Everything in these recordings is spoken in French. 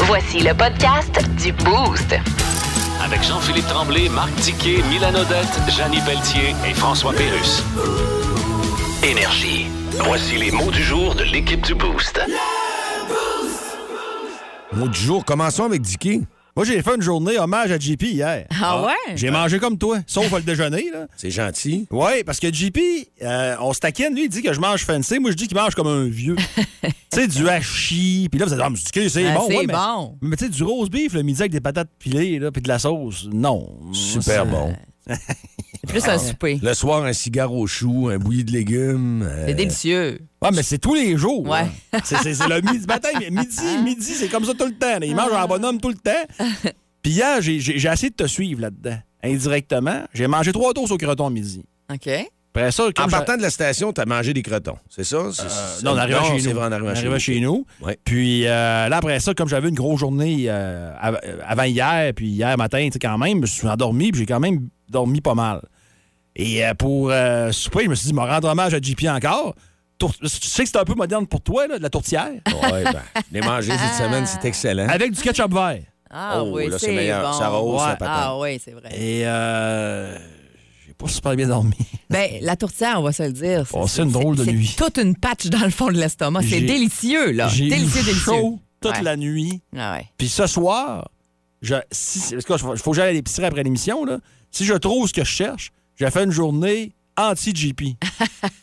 Voici le podcast du Boost. Avec Jean-Philippe Tremblay, Marc Tiquet, Milan Odette, Janine Pelletier et François Pérus. Énergie. Voici les mots du jour de l'équipe du Boost. Mot du jour, commençons avec Dicky. Moi, j'ai fait une journée hommage à JP hier. Ah ouais? J'ai mangé comme toi, sauf le déjeuner. Là. C'est gentil. Oui, parce que JP, euh, on se taquine, lui, il dit que je mange fancy. Moi, je dis qu'il mange comme un vieux. tu sais, du hachis. Puis là, vous allez dire, ah, mais c'est c'est Ah, bon. c'est ouais, mais- bon. Mais, tu sais, du rose beef le midi avec des patates pilées, là, puis de la sauce. Non. Super bon. C'est plus Ah, un souper. Le soir, un cigare au chou, un bouilli de légumes. euh, C'est délicieux. Ouais, mais c'est tous les jours. Ouais. hein. C'est, c'est- c'est le midi, matin, Ah. midi, midi, c'est comme ça tout le temps. là. Ils mangent en bonhomme tout le temps. Puis hier, j'ai, j'ai- j'ai essayé de te suivre là-dedans, indirectement. J'ai mangé trois toasts au croton midi. OK. Après ça, comme en je- partant de la station, t'as mangé des crotons, c'est ça? C'est- Euh, c'est- non, on arrivait chez c'est nous. vrai, en On arrivant arrivait chez chez nous. Ouais. Puis euh, là, après ça, comme j'avais une grosse journée euh, av- euh, avant hier, puis hier matin, tu sais, quand même, je me suis endormi, puis j'ai quand même dormi pas mal. Et euh, pour euh, souper, je me suis dit, me rendre hommage à JP encore. Tour- Je sais que c'est un peu moderne pour toi, là, de la tourtière. nous. Ouais, ben, je l'ai mangé Ah. cette semaine, c'est excellent. Avec du ketchup vert. Ah Oh, oui, là, c'est c'est meilleur. bon. Ça rehausse la Ouais. patate. Ah oui, c'est vrai. Et euh, j'ai pas super bien dormi. Ben, la tourtière, on va se le dire. Oh, c'est une drôle de c'est nuit. toute une patch dans le fond de l'estomac. C'est J'ai- délicieux, là. J'ai eu Délicieux, délicieux. chaud toute Ouais. la nuit. Ah ouais. Puis ce soir, je, si, parce que je- faut que j'aille à l'épicerie après l'émission. Là. Si je trouve ce que je cherche, j'ai fait une journée anti-JP.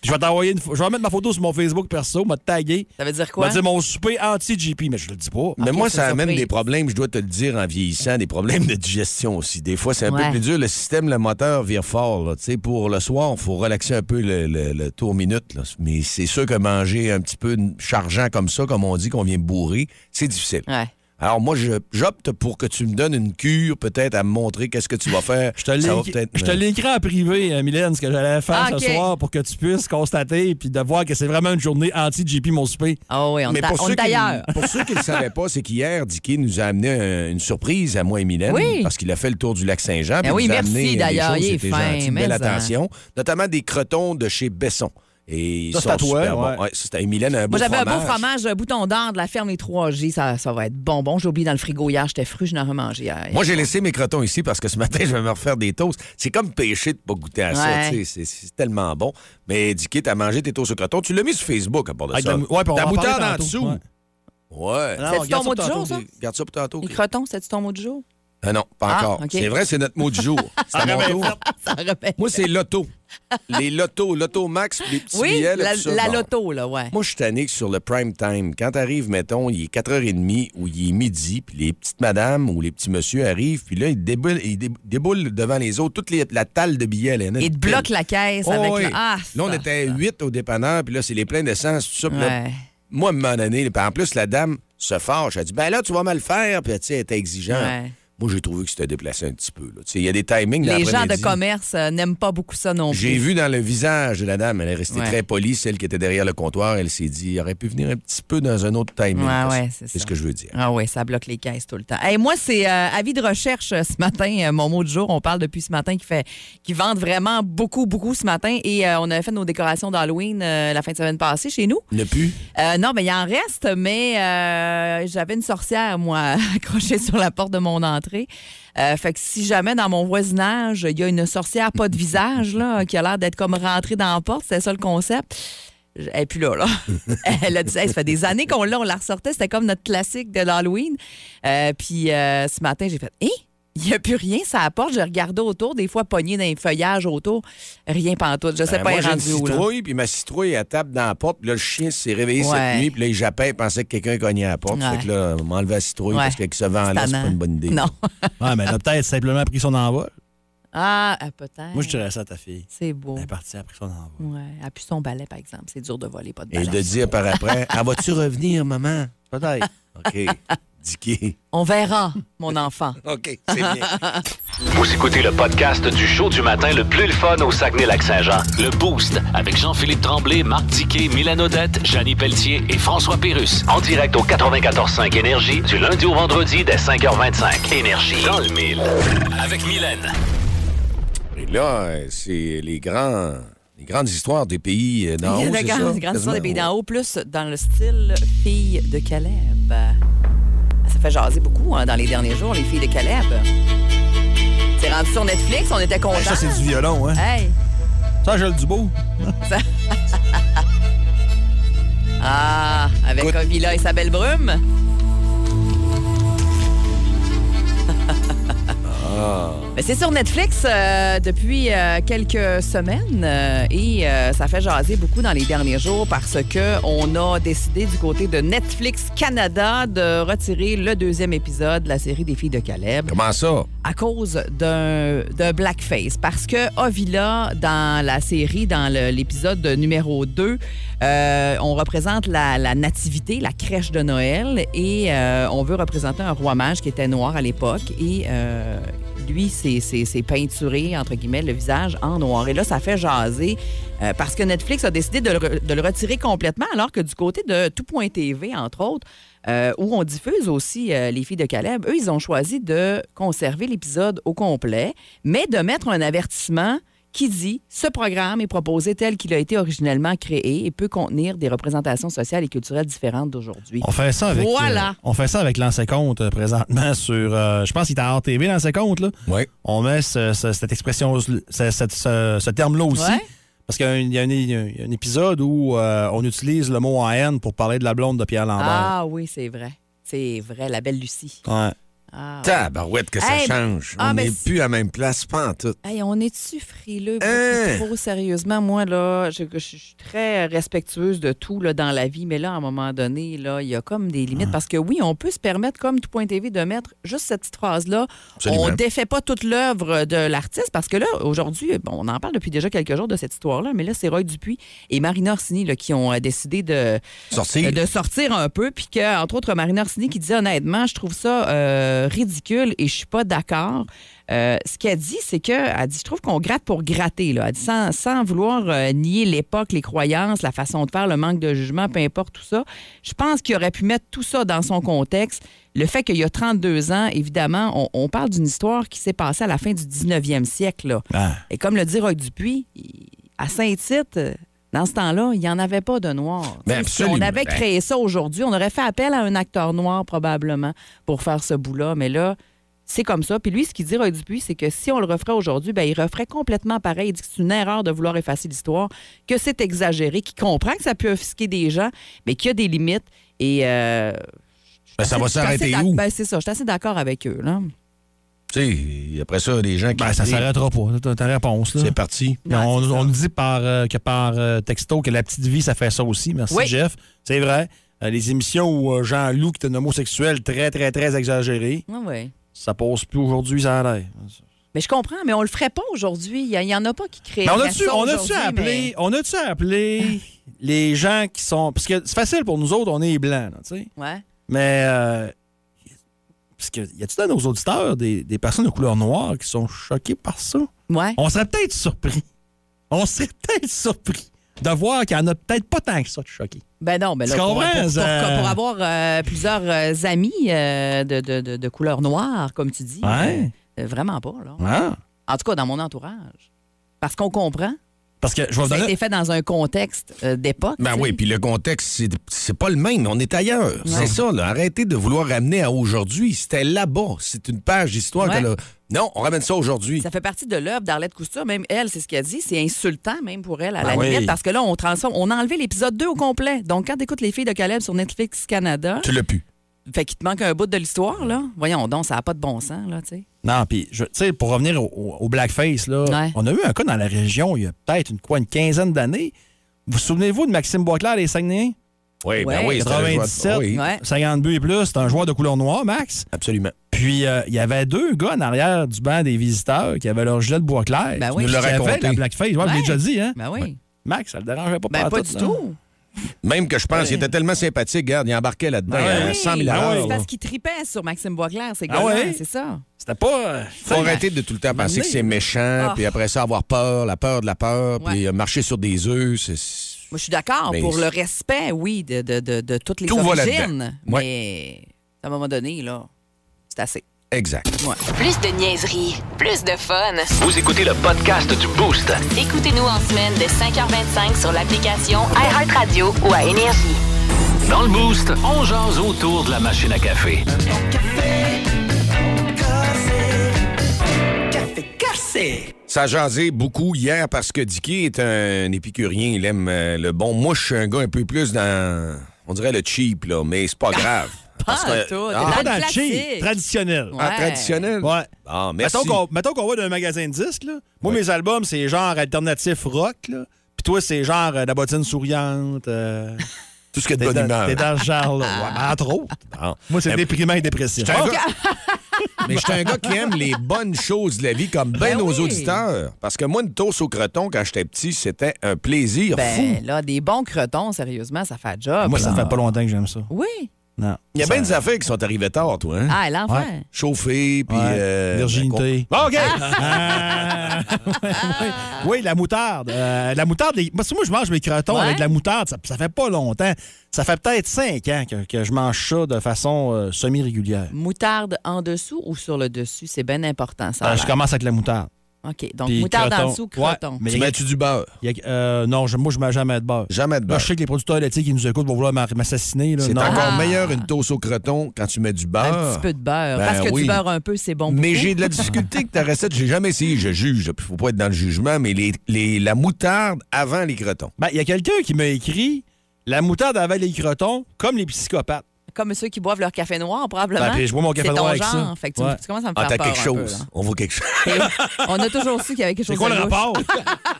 je vais t'envoyer une pho- Je vais mettre ma photo sur mon Facebook perso, m'a tagué. Ça veut dire quoi? m'a dit mon souper anti-JP, mais je le dis pas. Mais Ok, moi, c'est ça une amène surprise. des problèmes, je dois te le dire, en vieillissant, des problèmes de digestion aussi. Des fois, c'est un Ouais. peu plus dur. Le système, le moteur vire fort. là. Tu sais, pour le soir, il faut relaxer un peu le, le- le tour minute. là. Mais c'est sûr que manger un petit peu de chargeant comme ça, comme on dit, qu'on vient bourrer, c'est difficile. Ouais. Alors moi, je- j'opte pour que tu me donnes une cure, peut-être, à me montrer qu'est-ce que tu vas faire. Je te Ça va l'ai- peut-être- je te l'ai écrit en privé, euh, Mylène, ce que j'allais faire Ah, ce ok. soir pour que tu puisses constater puis de voir que c'est vraiment une journée anti-JP, mon souper. Ah oui, on Mais t'a- pour on ceux, est qui, ailleurs. pour ceux qui ne le savaient pas, c'est qu'hier, Dicky nous a amené un- une surprise à moi et Mylène. Oui. Parce qu'il a fait le tour du lac Saint-Jean. puis Ben oui, il nous a merci amené des d'ailleurs, il choses, est c'était fin, gentil, mais belle ça. attention. Notamment des crotons de chez Besson. Et ils Ça, c'est sont à toi, super ouais. bons. Ouais, ça, c'était à Mylène, un beau Moi, j'avais un fromage. beau fromage euh, bouton d'or de la ferme Les 3G. Ça, ça va être bonbon. J'ai oublié dans le frigo hier. J'étais fru, je n'en remangé hier. Moi, j'ai laissé mes crotons ici parce que ce matin, je vais me refaire des toasts. C'est comme péché de ne pas goûter à ça. Ouais. tu sais, C'est c'est tellement bon. Mais Dicky, t'as mangé tes toasts au croton. Tu l'as mis sur Facebook à part de Avec ça. Ah, la mou- ouais, puis on Ta va en parler moutarde en tantôt, dessous. ouais. Ouais. Non, C'est on ton garde mot de tantôt. jour, ça? Garde ça pour tantôt. Les Chris. crotons, c'est-tu ton mot de jour? Ah non, pas Ah, encore. ok. C'est vrai, c'est notre mot du jour. C'est à mon tour. Ça remet. Moi, c'est loto. Les lotos, loto max, les petits Oui, billets. là, la, tout ça. la Bon. loto, là, ouais. Moi, je suis tanné que sur le prime time. Quand t'arrives, mettons, il est 4h30 ou il est midi, puis les petites madames ou les petits messieurs arrivent, puis là, ils déboulent, ils dé- déboulent devant les autres, toute les- la talle de billets. Là, il y en a Et une te bloque pile. la caisse Oh, avec oui. le- Ah, Là, on ça. était 8 au dépanneur, puis là, c'est les pleins d'essence, tout ça. puis là, Ouais. moi, à un moment donné, puis en plus, la dame se fâche. Elle dit Ben là, tu vas mal faire, puis tu sais, elle était exigeante. Ouais. Moi, j'ai trouvé que c'était déplacé un petit peu. là. Tu sais, Il y a des timings dans Les gens de l'après-midi. commerce euh, n'aiment pas beaucoup ça non plus. J'ai vu dans le visage de la dame, elle est restée Ouais. très polie, celle qui était derrière le comptoir. Elle s'est dit, il aurait pu venir un petit peu dans un autre timing. Ouais, Parce- ouais, c'est ça. ce que je veux dire. Ah oui, ça bloque les caisses tout le temps. Hey, moi, c'est euh, avis de recherche euh, ce matin, euh, mon mot du jour. On parle depuis ce matin qui fait qui vende vraiment beaucoup, beaucoup ce matin. Et euh, on avait fait nos décorations d'Halloween euh, la fin de semaine passée chez nous. Ne plus. Euh, non, mais il en reste, mais euh, j'avais une sorcière, moi, accrochée sur la porte de mon entrée. Euh, fait que si jamais dans mon voisinage, il y a une sorcière pas de visage, là, qui a l'air d'être comme rentrée dans la porte, c'est ça le concept. je- Elle est plus là, là. Elle a dit, Hey, ça fait des années qu'on l'a, on la ressortait, c'était comme notre classique de l'Halloween. Euh, puis euh, ce matin, j'ai fait, hé, il n'y a plus rien, ça apporte. Je regardais autour, des fois pogné dans les feuillages autour, rien pantoute. Je sais Ben, pas, moi, elle est j'ai une rendue où, là. citrouille, puis ma citrouille, elle tape dans la porte. Puis là, le chien s'est réveillé Ouais. cette nuit, puis là, il jappait, il pensait que quelqu'un cognait à la porte. Ouais. Fait que là, m'enlever la citrouille, Ouais. parce que se vend C'est là, c'est tannant. pas une bonne idée. Non. Ouais, mais elle a peut-être simplement pris son envol. Ah, ah, peut-être. Moi, je dirais ça à ta fille. C'est beau. Ben, Elle est partie, elle a pris son envol. Ouais. Appuie son balai, par exemple. C'est dur de voler, pas de Et balai. de dire par après, ah, vas-tu revenir, maman? Peut-être. OK. Dicky. On verra, mon enfant. OK, c'est bien. Vous écoutez le podcast du show du matin le plus le fun au Saguenay-Lac-Saint-Jean. Le Boost avec Jean-Philippe Tremblay, Marc Tiquet, Milan Odette, Janine Pelletier et François Pérus. En direct au 94.5 Énergie du lundi au vendredi dès 5h25. Énergie. Dans le mille. Avec Mylène. Et là, euh, c'est les grands. Les grandes histoires des pays euh, d'en haut, Il y a c'est de grandes- ça? grandes histoires des pays Quasiment. d'en haut, plus dans le style fille de Caleb. Ah, Ça fait fait jaser beaucoup hein, dans les derniers jours, les filles de Caleb. C'est rendu sur Netflix, on était contents. Hey, ça, c'est du violon, hein? Hey! Ça, Joël Dubo. Ah, avec Écoute. Ovila et sa belle brume. Mais c'est sur Netflix euh, depuis euh, quelques semaines euh, et euh, ça fait jaser beaucoup dans les derniers jours parce que on a décidé du côté de Netflix Canada de retirer le deuxième épisode de la série des filles de Caleb Comment ça? à cause d'un d'un blackface. Parce que Ovila, dans la série, dans le- l'épisode numéro 2, euh, on représente la, la nativité, la crèche de Noël, et euh, on veut représenter un roi mage qui était noir à l'époque. Et euh, lui, c'est- c'est c'est peinturé, entre guillemets, le visage en noir. Et là, ça fait jaser euh, parce que Netflix a décidé de le, re- de le retirer complètement, alors que du côté de Tout.tv, entre autres, euh, où on diffuse aussi euh, Les filles de Caleb, eux, ils ont choisi de conserver l'épisode au complet, mais de mettre un avertissement qui dit Ce programme est proposé tel qu'il a été originellement créé et peut contenir des représentations sociales et culturelles différentes d'aujourd'hui. On fait ça avec. Voilà. euh, on fait ça avec l'ancien compte euh, présentement sur. euh, je pense qu'il est en RTV, l'ancien compte, là. Oui. On met ce- ce- cette expression, ce, cette- ce- ce terme-là aussi. Ouais. Parce qu'il y a un- il y, a un- il y a un- il y a un épisode où euh, on utilise le mot en haine pour parler de la blonde de Pierre Lambert. Ah oui, c'est vrai. C'est vrai, la belle Lucie. Ouais. Ah, ouais. Tabarouette que ça Hey, change. ah, on mais n'est c'est- plus à la même place, pas en tout. Hey, on est-tu frileux beaucoup Hein? trop sérieusement? Moi, là, je, je- je suis très respectueuse de tout là, dans la vie, mais là, à un moment donné, là, il y a comme des limites. Ah. Parce que oui, on peut se permettre, comme tout point TV, de mettre juste cette petite phrase-là. Absolument. On défait pas toute l'œuvre de l'artiste parce que là, aujourd'hui, bon, on en parle depuis déjà quelques jours de cette histoire-là, mais là, c'est Roy Dupuis et Marina Orsini là, qui ont euh, décidé de, Sortir. euh, de sortir un peu, puis que, entre autres, Marina Orsini qui dit honnêtement, je trouve ça euh, ridicule et je suis pas d'accord. Euh, ce qu'elle dit, c'est que, elle dit, je trouve qu'on gratte pour gratter, là. Elle dit, sans, sans vouloir euh, nier l'époque, les croyances, la façon de faire, le manque de jugement, peu importe tout ça. Je pense qu'il aurait pu mettre tout ça dans son contexte. Le fait qu'il y a 32 ans, évidemment, on, on parle d'une histoire qui s'est passée à la fin du 19e siècle, là. Ah. Et comme le dit Roy Dupuis, il- à Saint-Tite, euh, dans ce temps-là, il n'y en avait pas de noir. Tu Ben, sais, si absolument. on avait Ben. créé ça aujourd'hui, on aurait fait appel à un acteur noir probablement pour faire ce bout-là. Mais là, c'est comme ça. Puis lui, ce qu'il dit, Roy Dupuis, c'est que si on le referait aujourd'hui, ben, il referait complètement pareil. Il dit que c'est une erreur de vouloir effacer l'histoire, que c'est exagéré, qu'il comprend que ça peut offusquer des gens, mais qu'il y a des limites. Et euh, Ben, ça va je suis assez s'arrêter d'ac- où? Ben, c'est ça, je suis assez d'accord avec eux. Là. Tu sais, après ça, des gens qui. Ben, ça disent, s'arrêtera pas. Ta, ta réponse, là. C'est parti. Mais Ouais, on, c'est ça. on nous dit par, euh, que par euh, texto que la petite vie, ça fait ça aussi. Merci, Oui. Jeff. C'est vrai. Euh, les émissions où euh, Jean-Loup, qui est un homosexuel très, très, très exagéré, Ah ouais. ça passe plus aujourd'hui, ça a l'air. Mais je comprends, mais on le ferait pas aujourd'hui. Il n'y en a pas qui créent. Mais Ben, on la a-tu sauce on a-tu aujourd'hui, appelé, mais- on a-tu appelé les gens qui sont. Parce que c'est facile pour nous autres, on est blancs, là, tu sais. Ouais. Mais. euh, parce que, y a-tu dans nos auditeurs des, des personnes de couleur noire qui sont choquées par ça? Ouais. On serait peut-être surpris. On serait peut-être surpris de voir qu'il y en a peut-être pas tant que ça de choqués. Ben non, ben là, Tu pour, comprends, pour- pour- ça- pour avoir euh, plusieurs euh, amis euh, de, de, de- de couleur noire, comme tu dis, Ouais. euh, euh, vraiment pas. Là. Ah. En tout cas, dans mon entourage. Parce qu'on comprend. Parce que je vais vous Ça a donner. été fait dans un contexte euh, d'époque. Ben tu sais. oui, puis le contexte, c'est- c'est pas le même. On est ailleurs. C'est ça, là. Arrêtez de vouloir ramener à aujourd'hui. C'était là-bas. C'est une page d'histoire Ouais. qu'elle a- Non, on ramène ça aujourd'hui. Ça fait partie de l'œuvre d'Arlette Couture. Même elle, c'est ce qu'elle dit. C'est insultant, même pour elle, à Ben la oui. limite, parce que là, on transforme. On a enlevé l'épisode 2 au complet. Donc, quand t'écoutes Les filles de Caleb sur Netflix Canada, Tu l'as pu. fait qu'il te manque un bout de l'histoire, là. Voyons donc, ça n'a pas de bon sens, là, tu sais. Non, puis, je- tu sais, pour revenir au, au- au blackface, là, Ouais. on a eu un cas dans la région il y a peut-être une, quoi, une quinzaine d'années. Vous vous souvenez-vous de Maxime Boisclair des Saguenay? Oui, ben Ouais. oui, c'était un joueur de- 97. oui, Ouais. 50 buts et plus, c'est un joueur de couleur noire, Max. Absolument. Puis, euh, il y avait deux gars en arrière du banc des visiteurs qui avaient leur gilet de bois clair. Ben Tu oui. nous l'as Tu l'as raconté. raconté. la blackface. Ouais, Je l'ai Ouais. déjà dit, hein? Ben oui. Max, ça le dérangeait pas Ben, pas pantoute, du là. tout. Même que je pense qu'il était tellement sympathique, regarde, il embarquait là-dedans. Ben il y oui. avait 100 000 Ben Euh, heures, oui. là. C'est parce qu'ils tripaient sur Maxime Boisclair, ces Ah gars-là, ouais? c'est ça. C'était pas. euh, Faut arrêter de tout le temps penser que c'est méchant, Ah. puis après ça, avoir peur, la peur de la peur, puis Ouais. euh, marcher sur des œufs. c'est- Moi, je suis d'accord Mais pour c'est- le respect, oui, de, de, de, de toutes les Tout va là-dedans. origines. Ouais. Mais à un moment donné, là, c'est assez. Exact. Plus de niaiserie, plus de fun. Vous écoutez le podcast du Boost. Écoutez-nous en semaine de 5h25 sur l'application iHeartRadio ou à Énergie. Dans le boost, on jase autour de la machine à café. Ça a jasé beaucoup hier parce que Dicky est un épicurien. Il aime euh, le bon. Moi, je suis un gars un peu plus dans, on dirait le cheap, là, mais c'est pas grave. Pas Parce que- tout. Ah, Pas Dans dans le le cheap, classique. traditionnel. ah, Ouais. traditionnel? Ouais. Ah, merci. Mettons qu'on, mettons qu'on va d'un magasin de disques, là. Moi, Ouais. mes albums, c'est genre alternatif rock, là. Puis toi, c'est genre euh, la bottine souriante. euh, Tout ce qui est de t'es, bonne dans, humeur. Ah. t'es dans ce genre-là. Ouais, mais entre autres. Bon. Moi, c'est Mais- déprimant et dépressif. J'étais un gars- Mais je suis un gars qui aime les bonnes choses de la vie, comme ben, Ben nos oui. auditeurs. Parce que moi, une toast au croton, quand j'étais petit, c'était un plaisir fou. Ben là, des bons crotons, sérieusement, ça fait job. Moi, ça là. fait pas longtemps que j'aime ça. Oui. Non. Il y a bien des affaires qui sont arrivées tard, toi. Hein? Ah, l'enfer. Chauffé, puis... Ouais. euh, Virginité. ben, qu'on- OK! Ah. oui, oui, la moutarde. Euh, la moutarde, les- moi, si moi, je mange mes crotons Ouais. avec de la moutarde, ça, ça fait pas longtemps. Ça fait peut-être cinq ans que, que je mange ça de façon euh, semi-régulière. Moutarde en dessous ou sur le dessus, c'est bien important ça. Euh, a je l'air. commence avec la moutarde. OK, donc Puis moutarde en croton. dessous, Ouais, croton. mais Tu il y a- mets-tu du beurre? il y a- euh, non, je- moi, je mets jamais de beurre. Jamais de Là, beurre. Ah, je sais que les producteurs laitiers qui nous écoutent vont vouloir m'a- m'assassiner. là. C'est Non. encore Ah. meilleur une toast au croton quand tu mets du beurre. ah. Un petit peu de beurre. Ben Parce que oui. du beurre un peu, c'est bon. Mais beaucoup. j'ai de la difficulté avec ta recette. J'ai jamais essayé, je juge. Il faut pas être dans le jugement, mais les, les- la moutarde avant les crotons. Ben, il y a quelqu'un qui m'a écrit la moutarde avec les crotons, comme les psychopathes. Comme ceux qui boivent leur café noir, probablement. Ben, puis je bois mon café c'est ton noir avec genre. ça. Fait que tu, Ouais. tu commences à me Ah, faire t'as peur quelque un chose. On voit quelque chose. peu, là. On a toujours su qu'il y avait quelque C'est chose quoi de le louche. rapport?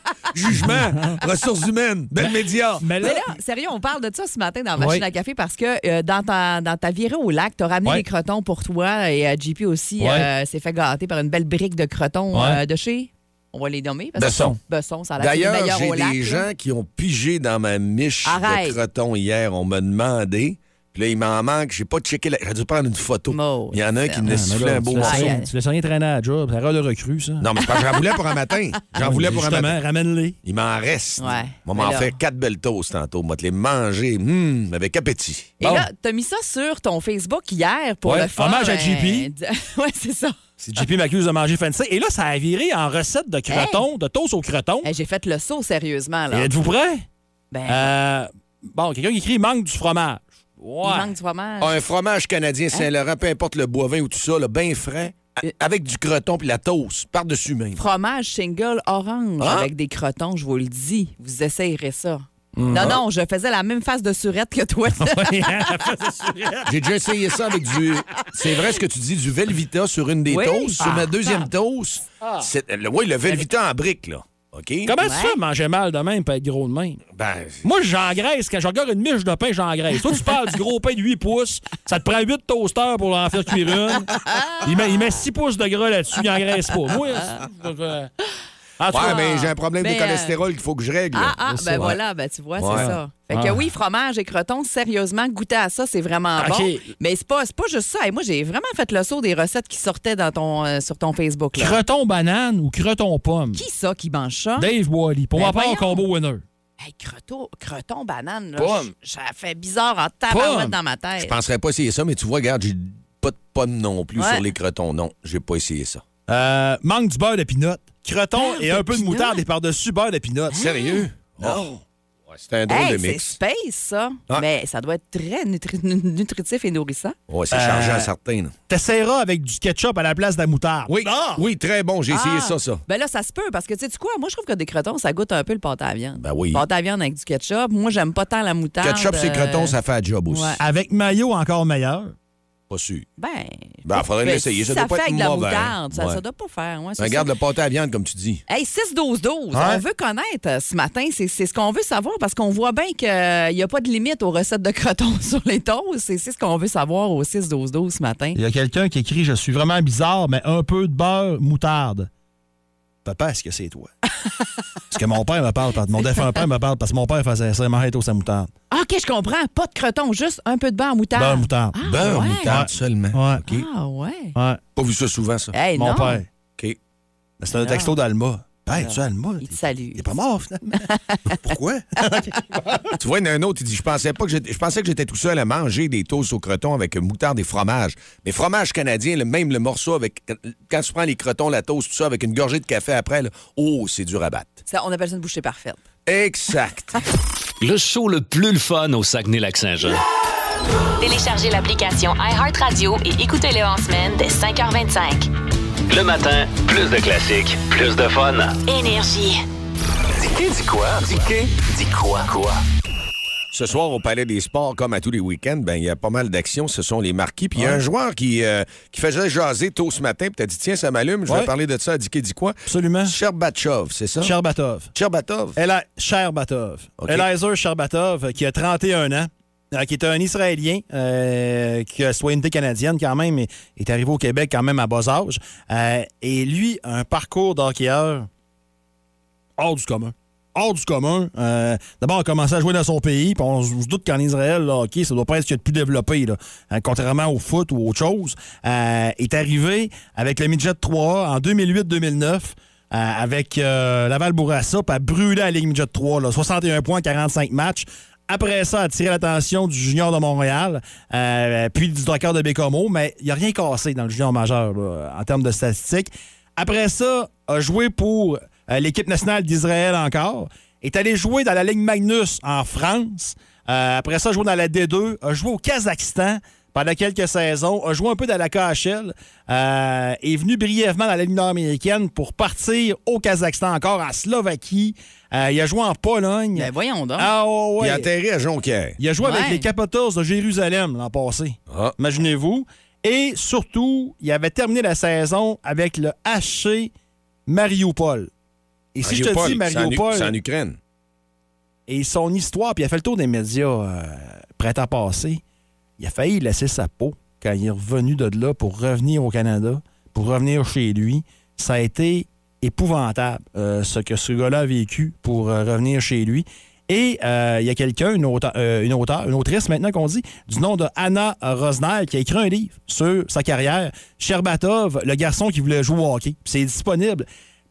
Jugement, ressources humaines, belle média. Mais là, Mais là, sérieux, on parle de ça ce matin dans Machine Oui. à café parce que euh, dans, ta, dans ta virée au lac, t'as ramené Oui. les crotons pour toi et euh, JP aussi Oui. euh, s'est fait gâter par une belle brique de crotons Oui. euh, de chez. On va les nommer. parce que- Besson. Besson, ça a l'air D'ailleurs, meilleur j'ai au des lac. là. gens qui ont pigé dans ma miche Arrête. de crotons hier. On m'a demandé. Puis là, il m'en manque. J'ai pas checké. la- J'ai dû prendre une photo. Maud, il y en a un qui me laisse Ah, mais souffler là, un beau tu laisses morceau. aïe. rien- Tu laisses rien traîner à la job. C'est erreur de recrue, ça. Non, Ah, mais c'est parce que j'en voulais pour un matin. J'en voulais pour un Justement, matin. ramène-les. Il m'en reste. Ouais, On mais m'en là- faire quatre belles toasts tantôt. On va te les manger hum, avec appétit. Et là, t'as mis ça sur ton Facebook hier pour Ouais, le fun. hommage à hein, JP. d- ouais, c'est ça. Si JP m'accuse de manger fancy. Et là, ça a viré en recette de croton, de toast au croton. Hey, j'ai fait le saut sérieusement. Là. Êtes-vous prêts? Ben, Euh, bon, quelqu'un qui écrit manque du fromage. il Ouais. manque du fromage. Ah, Un fromage canadien Hein? Saint-Laurent, peu importe le bois vin ou tout ça, là, bien frais, a- Euh. avec du croton puis la toast, par-dessus même. Fromage single orange Hein? avec des crotons, je vous le dis. Vous essayerez ça. Non, non, je faisais la même face de surette que toi. J'ai déjà essayé ça avec du. C'est vrai ce que tu dis, du Velvita sur une des Oui. toasts. Sur ma Ah. deuxième toast, c'est- le- oui, le Velvita en brique, là. OK? Comment tu Ouais. fais manger mal de même et être gros de même? Ben, Moi, j'engraisse. Quand je regarde une miche de pain, j'engraisse. Toi, tu parles du gros pain de 8 pouces. Ça te prend 8 toasters pour en faire cuire une. Il met, il met 6 pouces de gras là-dessus. Il n'engraisse pas. Moi, je- je- en tout ouais, cas, mais j'ai un problème Ben, de euh, cholestérol qu'il faut que je règle. ah, ah, c'est ben ça, voilà, ben tu vois, Ouais. c'est ça. Fait que Ah. oui, fromage et crotons, sérieusement, goûter à ça, c'est vraiment OK. bon. Mais c'est pas, c'est pas juste ça. Et moi, j'ai vraiment fait le saut des recettes qui sortaient dans ton, euh, sur ton Facebook. Là. creton banane ou creton pomme? Qui ça qui mange ça? Dave Boily. Pour Ben ma part, voyons. combo winner. Hey, croton, croton, banane, là, Pomme. j- ça fait bizarre en Pomme. tabarouette dans ma tête. Je penserais pas essayer ça, mais tu vois, regarde, j'ai pas de pomme non plus Ouais. sur les crotons. Non, j'ai pas essayé ça. Euh, manque du beurre de pinot. Croton Beurre et un de peu de pinot? moutarde et par-dessus beurre de pinot. Sérieux? Non. Oh. c'est un drôle Hein? Hey, de c'est mix. Ah. space, ça. Ouais. Mais ça doit être très nutri- nu- nutritif et nourrissant. Ouais, c'est chargé Euh, en certains. là. T'essaieras avec du ketchup à la place de la moutarde. Oui, Ah! oui, très bon. J'ai essayé Ah. ça, ça. Ben là, ça se peut, parce que tu sais, tu quoi, moi, je trouve que des crotons, ça goûte un peu le pâte à viande. Ben oui. Pâte à viande avec du ketchup. Moi, j'aime pas tant la moutarde. Ketchup, c'est euh, croton, ça fait un job aussi. ouais. Avec mayo, encore meilleur. Pas sûr. Ben. Ben, faudrait ben, l'essayer. si Ça doit pas fait être avec de la mauvais. moutarde. Ça, Ouais. Ben, ça doit pas faire. ouais, c'est Regarde le pâté à viande, comme tu dis. Hey, 6-12-12, Ouais. on veut connaître euh, ce matin, c'est c'est ce qu'on veut savoir parce qu'on voit bien qu'il n'y a pas de limite aux recettes de crotons sur les toasts. Et C'est ce qu'on veut savoir au 6-12-12 ce matin. Il y a quelqu'un qui écrit Je suis vraiment bizarre, mais un peu de beurre, moutarde. Papa, est-ce que c'est toi? Parce que mon père me parle, parce- mon défunt père me parle, parce que mon père faisait ça, il mangeait tout sa moutarde. Ah, OK, je comprends. Pas de crotons, juste un peu de beurre moutarde. Beurre, moutarde. Ah, Beurre, ouais. Euh. moutarde seulement. Ouais. OK. Ah, ouais. Ouais, Pas vu ça souvent, ça. Hey, mon non. père. OK. Mais C'est un texto d'Alma. Père, tu es Alma? Il te T'es- salue. T'es pas mort, finalement. Pourquoi? Tu vois, il y en a un autre, il dit Je pensais pas que j'étais- je pensais que j'étais tout seul à manger des toasts au croton avec moutarde et fromage. Mais fromage canadien, le même le morceau avec. Quand tu prends les crotons, la toast, tout ça, avec une gorgée de café après, là, oh, c'est du rabat. Ça, on appelle ça une bouchée parfaite. Exact. Le show le plus le fun au Saguenay-Lac-Saint-Jean. Téléchargez l'application iHeartRadio et écoutez-le en semaine dès 5h25. Le matin, plus de classiques, plus de fun. Énergie. Dis dis quoi? Dis dis quoi? Quoi? Ce soir, au Palais des Sports, comme à tous les week-ends, ben, il y a pas mal d'actions. Ce sont les marquis. Puis il y a un joueur qui, euh, qui faisait jaser tôt ce matin. Puis t'as dit, tiens, ça m'allume. Je vais Ouais. parler de ça à Dicky Diquois. Absolument. Sherbatchov, c'est ça? Sherbatov. Sherbatov. Eli Sherbatov. OK. Eliezer Sherbatov, euh, qui a 31 ans, euh, qui est un Israélien, euh, qui a soigné canadienne quand même, mais est arrivé au Québec quand même à bas âge. Euh, et lui, un parcours d'hockeyeur hors du commun. Hors du commun. Euh, D'abord, on a commencé à jouer dans son pays, puis on se doute qu'en Israël, le hockey, ça doit pas être ce qu'il y a de plus développé, là. Hein, contrairement au foot ou autre chose. Euh, est arrivé avec le Midget 3 en 2008-2009, euh, avec euh, Laval-Bourassa, puis a brûlé la Ligue Midget 3, là, 61 points, 45 matchs. Après ça, attirer l'attention du junior de Montréal, euh, puis du docker de Bécomo, mais il n'y a rien cassé dans le junior majeur là, en termes de statistiques. Après ça, a joué pour euh, l'équipe nationale d'Israël encore. Est allé jouer dans la Ligue Magnus en France. Euh, après ça, a joué dans la D2. A joué au Kazakhstan pendant quelques saisons. A joué un peu dans la KHL. euh, est venu brièvement dans la Ligue nord-américaine pour partir au Kazakhstan encore, en Slovaquie. Euh, il a joué en Pologne. Ben voyons donc. Ah, ouais, Il ouais. est enterré à Jonquière. Il a joué avec Ouais. les Capitals de Jérusalem l'an passé. Ah. Imaginez-vous. Et surtout, il avait terminé la saison avec le HC Mariupol. Et si je te dis Mariupol, c'est en U- Mariupol C'est en Ukraine. et son histoire, puis il a fait le tour des médias euh, prêt à passer, il a failli laisser sa peau quand il est revenu de là pour revenir au Canada, pour revenir chez lui. Ça a été épouvantable euh, ce que ce gars-là a vécu pour euh, revenir chez lui. Et euh, il y a quelqu'un, une, auteur- euh, une auteure, une autrice maintenant qu'on dit, du nom de Anna Rosner, qui a écrit un livre sur sa carrière, Sherbatov, le garçon qui voulait jouer au hockey. Puis C'est disponible.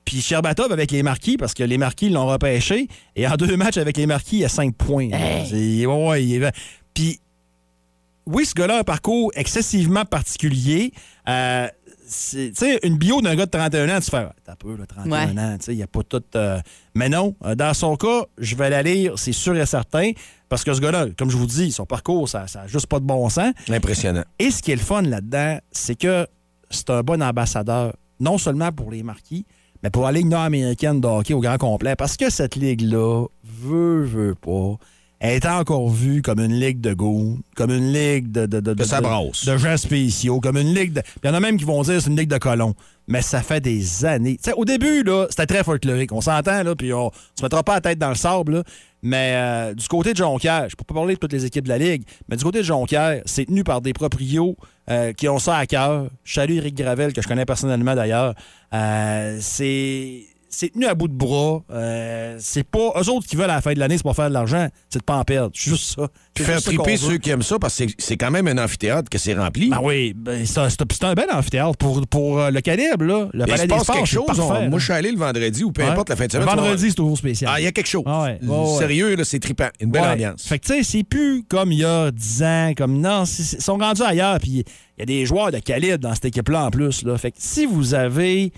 Puis Sherbatov avec les marquis, parce que les marquis l'ont repêché, et en deux matchs avec les marquis, il a cinq points. C'est- ouais, ouais, il est- Puis oui, ce gars-là a un parcours excessivement particulier. Euh, c'est- tu sais, une bio d'un gars de 31 ans, tu fais, Ah, t'as un peu, là, 31 Ouais. ans, tu sais, il n'y a pas tout. euh, Mais non, euh, dans son cas, je vais la lire, c'est sûr et certain, parce que ce gars-là, comme je vous dis, son parcours, ça n'a juste pas de bon sens. Impressionnant. Et ce qui est le fun là-dedans, c'est que c'est un bon ambassadeur, non seulement pour les marquis, mais pour la Ligue nord-américaine de hockey au grand complet. Parce que cette ligue-là, veut, veut pas, elle est encore vue comme une ligue de go, comme une ligue de, de, de, de, ça de- brasse. de gens spéciaux, comme une ligue de. Il y en a même qui vont dire c'est une ligue de colons. Mais ça fait des années. Tu sais, au début, là, c'était très folklorique. On s'entend, là, puis on se mettra pas la tête dans le sable. là. Mais euh, du côté de Jonquière, je peux pas parler de toutes les équipes de la Ligue, mais du côté de Jonquière, c'est tenu par des proprios euh, qui ont ça à cœur. Je salue Eric Gravel, que je connais personnellement d'ailleurs. Euh, c'est. C'est tenu à bout de bras. Euh, c'est pas. Eux autres qui veulent à la fin de l'année, c'est pas faire de l'argent, c'est de pas en perdre. C'est juste ça. C'est Faire juste ça qu'on triper veut. ceux qui aiment ça parce que c'est- c'est quand même un amphithéâtre que c'est rempli. Ah oui, ben, c'est un, c'est un- c'est un bel amphithéâtre pour, pour euh, le calibre, là. Le Il palais se des passe sports, quelque c'est chose. on- parfait, moi, là. je suis allé le vendredi ou peu Ouais. importe la fin de semaine. tu vas- Vendredi, c'est toujours spécial. Ah, il y a quelque chose. Ah ouais, ouais, ouais. Sérieux, là, c'est trippant. Une belle Ouais. ambiance. Fait que, tu sais, c'est plus comme il y a 10 ans, comme non, c'est- c'est- ils sont rendus ailleurs, puis il y a des joueurs de calibre dans cette équipe-là en plus, là. Fait que si vous avez.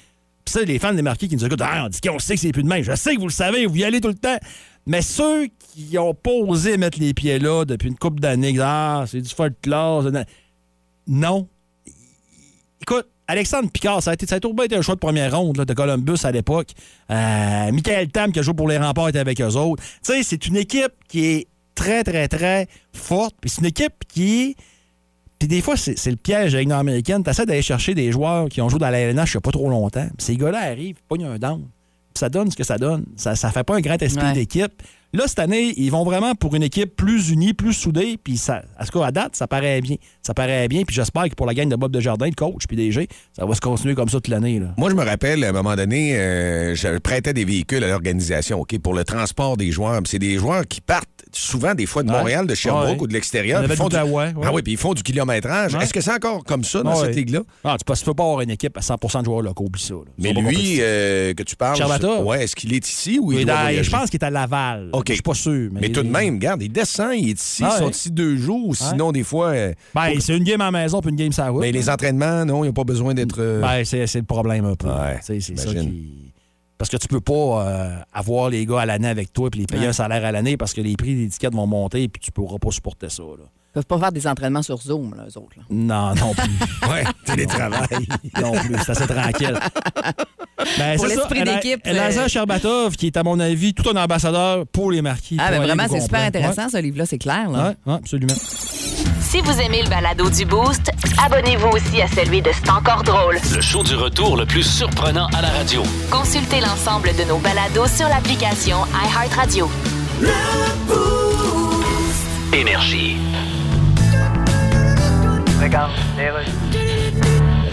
Puis ça, les fans des marquis qui nous écoutent, ah, on dit qu'on sait que c'est plus de main. Je sais que vous le savez, vous y allez tout le temps. Mais ceux qui ont pas osé mettre les pieds là depuis une couple d'années, qui disent, ah, c'est du folklore. c'est de- Non, Écoute, Alexandre Picard, ça a été, ça a toujours bien été un choix de première ronde là, de Columbus à l'époque. Euh, Michael Tam, qui a joué pour les remparts, était avec eux autres. Tu sais, c'est une équipe qui est très, très, très forte. Puis c'est une équipe qui est. Puis des fois, c'est c'est le piège avec l'américaine. Tu d'aller chercher des joueurs qui ont joué dans la LNH il n'y a pas trop longtemps. Puis ces gars-là arrivent, ils pognent un down. Puis ça donne ce que ça donne. Ça ne fait pas un grand esprit Ouais. d'équipe. Là, cette année, ils vont vraiment pour une équipe plus unie, plus soudée. Puis ça, à ce cas, à date, ça paraît bien. Ça paraît bien. Puis j'espère que pour la gang de Bob Desjardins, le coach, puis DG, ça va se continuer comme ça toute l'année. là. Moi, je me rappelle, à un moment donné, euh, je prêtais des véhicules à l'organisation, OK, pour le transport des joueurs. Puis C'est des joueurs qui partent souvent, des fois, de Ouais. Montréal, de Sherbrooke Ouais. ou de l'extérieur. On puis avait ils font du Outaouais, ouais. Ah oui, puis ils font du kilométrage. Ouais. Est-ce que c'est encore comme ça dans Ah ouais. cette ligue-là? Ah, tu peux, tu peux pas avoir une équipe à 100 de joueurs locaux, oublie ça. là. Ils Mais sont pas lui, compétitifs. euh, que tu parles, Charlatan. ouais, est-ce qu'il est ici ou il, Il est doit dans- voyager? je pense qu'il est à Laval. OK. Je suis pas sûr. Mais, Mais tout de même, regarde, il descend, il est ici, Ah ils sont ouais. ici deux jours, sinon des fois... euh, Ben, faut- c'est une game à la maison puis une game ça route. Mais les entraînements, non, il n'y a pas besoin d'être... euh, Ben, c'est c'est le problème un peu. Ouais, Tu sais, c'est ça j'imagine. qui. Parce que tu peux pas euh, avoir les gars à l'année avec toi puis les payer Ouais. un salaire à l'année parce que les prix des tickets vont monter puis tu pourras pas supporter ça. là. Ils peuvent pas faire des entraînements sur Zoom, là, eux autres. là. Non, non plus. ouais, télétravail. non plus, c'est assez tranquille. Ben, Pour c'est ça, l'esprit Ela- d'équipe, euh, Elazar Sherbatov, qui est, à mon avis, tout un ambassadeur pour les marquis. Ah, pour ben aller vraiment, au c'est super complet. intéressant, ce livre-là, c'est clair. Ouais, Là. ouais, ouais, absolument. Si vous aimez le balado du Boost, abonnez-vous aussi à celui de C'est encore drôle. Le show du retour le plus surprenant à la radio. Consultez l'ensemble de nos balados sur l'application iHeartRadio. Énergie.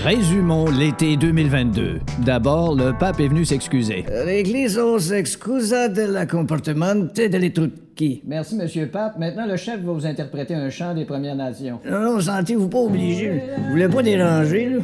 Résumons l'été 2022. D'abord, le pape est venu s'excuser. L'Église s'excusa de la comportement de l'étrucchi. Merci, Monsieur Pape. Maintenant, le chef va vous interpréter un chant des Premières Nations. Non, non, sentez-vous pas obligé. Vous voulez pas déranger, là?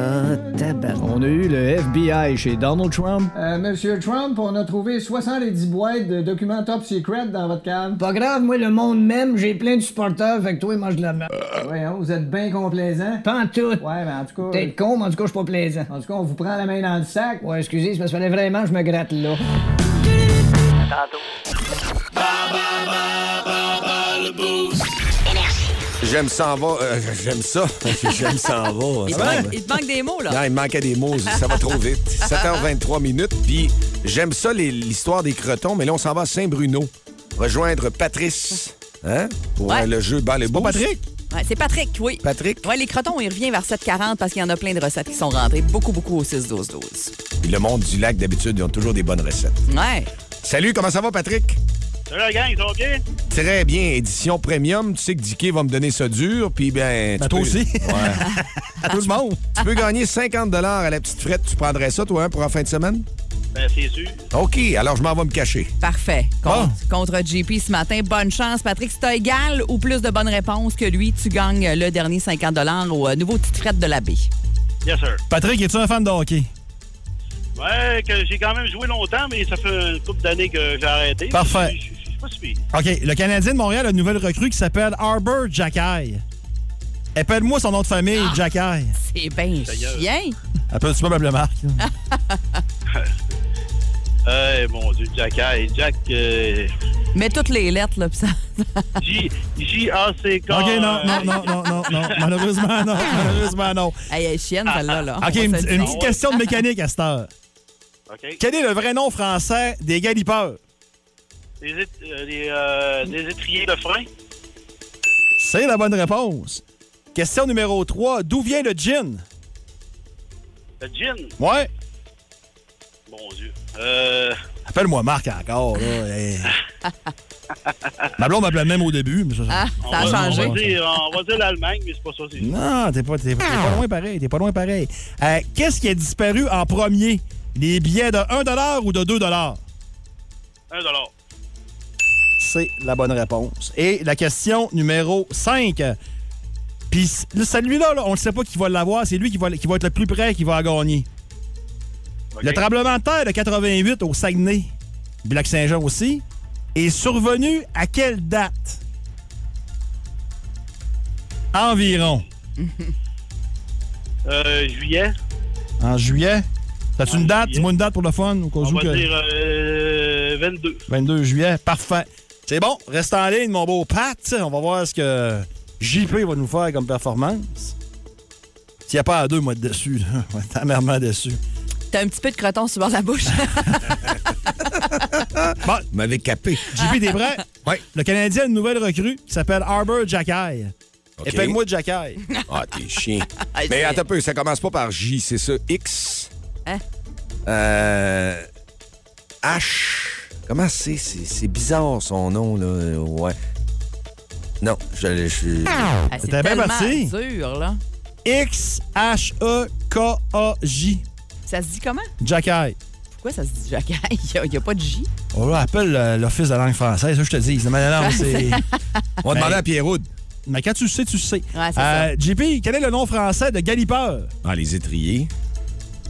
Ah, tabac. On a eu le FBI chez Donald Trump. Euh, Monsieur Trump, on a trouvé 70 boîtes de documents top secret dans votre cave. Pas grave, moi, le monde même, j'ai plein de supporters, fait que toi, mange de la merde. Euh, Voyons, vous êtes bien complaisant. Pas en tout. Ouais, mais en tout cas... euh, T'es con, mais en tout cas, je suis pas plaisant. En tout cas, on vous prend la main dans le sac. Ouais, excusez, c'est parce qu'il fallait vraiment que je me gratte là. J'aime s'en va. euh, j'aime ça. J'aime s'en va. Il, Ça te va. manque, il te manque des mots, là. Non, il manquait des mots. Ça va trop vite. 7h23 minutes. Puis j'aime ça, les- l'histoire des crotons. Mais là, on s'en va à Saint-Bruno. Rejoindre Patrice. Hein? Pour Ouais. euh, le jeu Balle et Boost. Patrick? Ouais, c'est Patrick, oui. Patrick. Ouais, les crotons, il revient vers 7h40 parce qu'il y en a plein de recettes qui sont rentrées. Beaucoup, beaucoup au 6-12-12. Puis le monde du lac, d'habitude, ils ont toujours des bonnes recettes. Ouais. Salut, comment ça va, Patrick? Salut la gang, ça va bien? Très bien. Édition premium. Tu sais que Dicky va me donner ça dur. Puis ben. Ben, tu toi peux- aussi. Ouais. À tout le monde. tu peux gagner 50 à la petite frette. Tu prendrais ça, toi, hein, pour en fin de semaine? Ben, c'est sûr. OK. Alors, je m'en vais me cacher. Parfait. Contre, Bon. contre JP ce matin. Bonne chance, Patrick. Si t'as égal ou plus de bonnes réponses que lui, tu gagnes le dernier 50 au euh, nouveau titre fret de la baie. Yes, sir. Patrick, es-tu un fan de hockey? Ouais, que j'ai quand même joué longtemps, mais ça fait une couple d'années que j'ai arrêté. Parfait. Je je- je- je suis pas suivi. OK, le Canadien de Montréal a une nouvelle recrue qui s'appelle Arbor Jackay. Appelle-moi son nom de famille, Ah! Jackay. C'est bien D'ailleurs. chien. Appelle-tu pas Meuble Marc? Ah! Eh, mon Dieu, Jack, hey, Jack, euh, Mets toutes les lettres, là, pis ça. J- J-A-C-K. OK, non, euh, non, non, non, non, non. Malheureusement, non. Malheureusement, non. Hey, elle est chienne, celle-là, Ah, là. OK, On une, va se le une dire. petite question de mécanique à cette heure. OK. Quel est le vrai nom français des galipeurs? Des, ét- euh, des, euh, des étriers de frein. C'est la bonne réponse. Question numéro 3. D'où vient le gin? Le gin. Ouais. Mon Dieu. Euh, Appelle-moi Marc encore, là. hey. ma blonde m'appelait même au début. Mais ça, ça- Ah, on ça a va- changé. On va dire, on va dire l'Allemagne, mais c'est pas ça. c'est- Non, t'es pas, t'es pas- t'es Ah. pas loin pareil. T'es pas loin pareil. Euh, Qu'est-ce qui a disparu en premier? Les billets de 1 ou de 2 Un dollar. C'est la bonne réponse. Et la question numéro 5. Puis c- celui-là, là, on ne sait pas qui va l'avoir. C'est lui qui va, qui va être le plus près qui va gagner. OK. Le tremblement de terre de 88 au Saguenay, Black-Saint-Jean aussi, est survenu à quelle date? Environ. Euh, juillet. En juillet. T'as-tu En une date? juillet. Dis-moi une date pour le fun. Au cas On où va que- dire euh, 22. 22 juillet. Parfait. C'est bon. Reste en ligne, mon beau Pat. On va voir ce que JP va nous faire comme performance. S'il n'y a pas à deux, moi, de dessus. là. On va être amèrement dessus. T'as un petit peu de croton sur le bord de la bouche. Ah, Vous m'avez capé. JP, t'es prêt? Oui. Le Canadien a une nouvelle recrue qui s'appelle Arbor Jackay. OK. Et Épelle-moi Jackay. Ah, t'es chien. Ah, je sais. Mais attends un peu, ça commence pas par J, c'est ça. X. Hein? Euh, H. Comment c'est? C'est c'est bizarre son nom, là. Ouais. Non, je. je... Ah, c'est T'es bien tellement parti. E dur, là. X-H-E-K-A-J. Ça se dit comment? Jackay. Pourquoi ça se dit Jacques? Il n'y a, il y a pas de J. On l'appelle euh, l'Office de la langue française, ça, je te dis. Non, non, non, c'est... On va Ben- demander à Pierrot. Mais quand tu sais, tu sais. Ouais, c'est ça. JP, quel est le nom français de Galipeur? Ah, les étriers.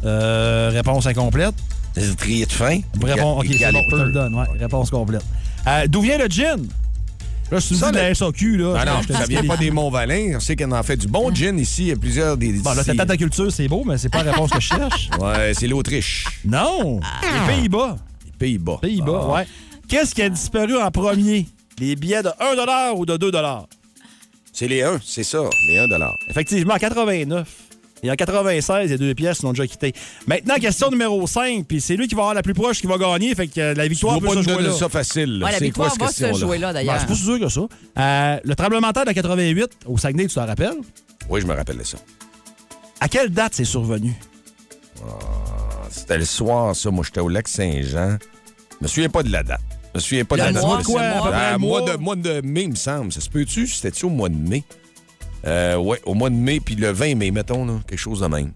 Euh, réponse incomplète. Les étriers de fin. Réponse, ok, Ga- c'est bon, je te le galopeurs. donne. ouais, réponse complète. Euh, D'où vient le gin? Là, si tu me Ça, dis de la le- SAQ, là. Ah non, je te ça dis vient que- Ah. pas des Monts-Valin. On sait qu'on en fait du bon gin ici. Il y a plusieurs des. Bon, là, distilleries. t'attends ta culture, c'est beau, mais c'est pas la réponse que je cherche. Ouais, c'est l'Autriche. Non! Les Pays-Bas. Les Pays-Bas. Pays-Bas, Ah. ouais. Qu'est-ce qui a disparu en premier? Les billets de 1 ou de 2 C'est les 1, c'est ça, les 1 Effectivement, en 89. Et en 96, les deux pièces l'ont déjà quitté. Maintenant, question numéro 5, puis c'est lui qui va avoir la plus proche qui va gagner, fait que euh, la Tu victoire vas peut pas se nous jouer donner là. ça facile. là. Ouais, la c'est quoi victoire cette va se question-là? jouer là, Ben, d'ailleurs. c'est pas si dur que ça. Euh, le tremblement de terre de 88, au Saguenay, tu t'en rappelles? Oui, je me rappelle de ça. À quelle date c'est survenu? Ah, C'était le soir, ça. Moi, j'étais au lac Saint-Jean. Je me souviens pas de la date. Je me souviens pas de Le la date. mois, précise. quoi, à peu Ah, près le mois, mois? de, mois de mai, il me semble. Ça se peut-tu? C'était-tu au mois de mai? Euh, ouais, au mois de mai, puis le 20 mai, mettons, là, quelque chose de même.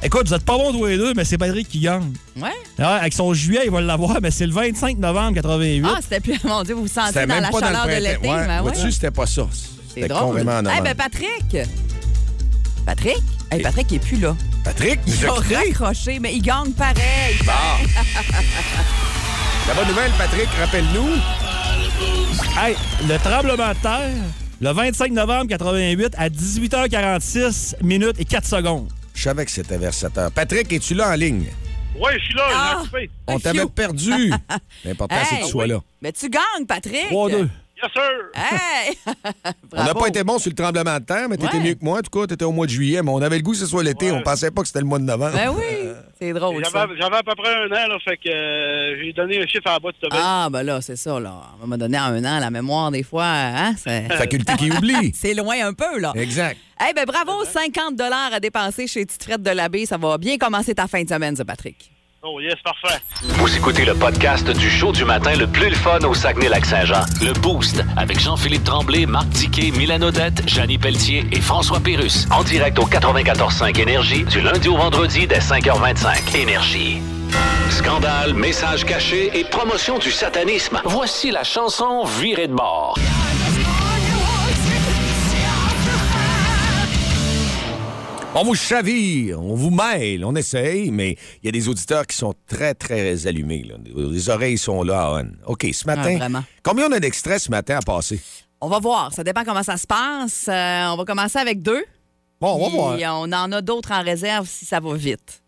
Écoute, vous êtes pas bons tous les deux, mais c'est Patrick qui gagne. Ouais. Ouais, avec son juillet, il va l'avoir, mais c'est le 25 novembre 88. Ah, c'était plus. Mon Dieu, vous vous sentez C'était dans même la pas chaleur dans le de l'été. printemps. Ouais, ben ouais. vois-tu, c'était pas ça. C'est C'était drôle. carrément en Eh novembre. ben, Patrick! Patrick? Eh, Patrick, il est plus là. Patrick, nous Il a a créé. raccroché, mais il gagne pareil. La bonne nouvelle, Patrick, rappelle-nous. Hey, le tremblement de terre, le 25 novembre 88 à 18h46 minutes et 4 secondes. Je savais que c'était vers 7 heures. Patrick, es-tu là en ligne? Ouais, je suis là, Ah! je l'ai coupé. On t'avait Phew. perdu. L'important, c'est que Hey. tu sois là. Mais tu gagnes, Patrick! 3-2. Yes, sir. Hey! On n'a Bravo. pas été bon sur le tremblement de terre, mais t'étais Ouais. mieux que moi. En tout cas, t'étais au mois de juillet, mais on avait le goût que ce soit l'été. Ouais. On pensait pas que c'était le mois de novembre. Ben oui! C'est drôle, ça. J'avais j'avais à peu près un an, là, fait que euh, j'ai donné un chiffre à la boîte de tabac. Ah, ben là, c'est ça, là. À un moment donné, en un an, la mémoire, des fois, hein, c'est... Faculté qui oublie. c'est loin un peu, là. Exact. Eh ben bravo, 50 à dépenser chez Tite Frette de l'Abbé. Ça va bien commencer ta fin de semaine, ça, Patrick. Oh, yes, parfait. Vous écoutez le podcast du show du matin le plus le fun au Saguenay-Lac-Saint-Jean. Le Boost avec Jean-Philippe Tremblay, Marc Tiquet, Milan Odette, Janine Pelletier et François Pérus. En direct au 94.5 Énergie du lundi au vendredi dès 5h25. Énergie. Scandale, messages cachés et promotion du satanisme. Voici la chanson Virée de bord. On vous chavire, on vous mêle, on essaye, mais il y a des auditeurs qui sont très, très allumés. là. Les oreilles sont là à on. OK, ce matin, vraiment. combien on a d'extraits ce matin à passer? On va voir. Ça dépend comment ça se passe. Euh, on va commencer avec deux. Bon, Ah, on va Puis, voir. euh, on en a d'autres en réserve si ça va vite.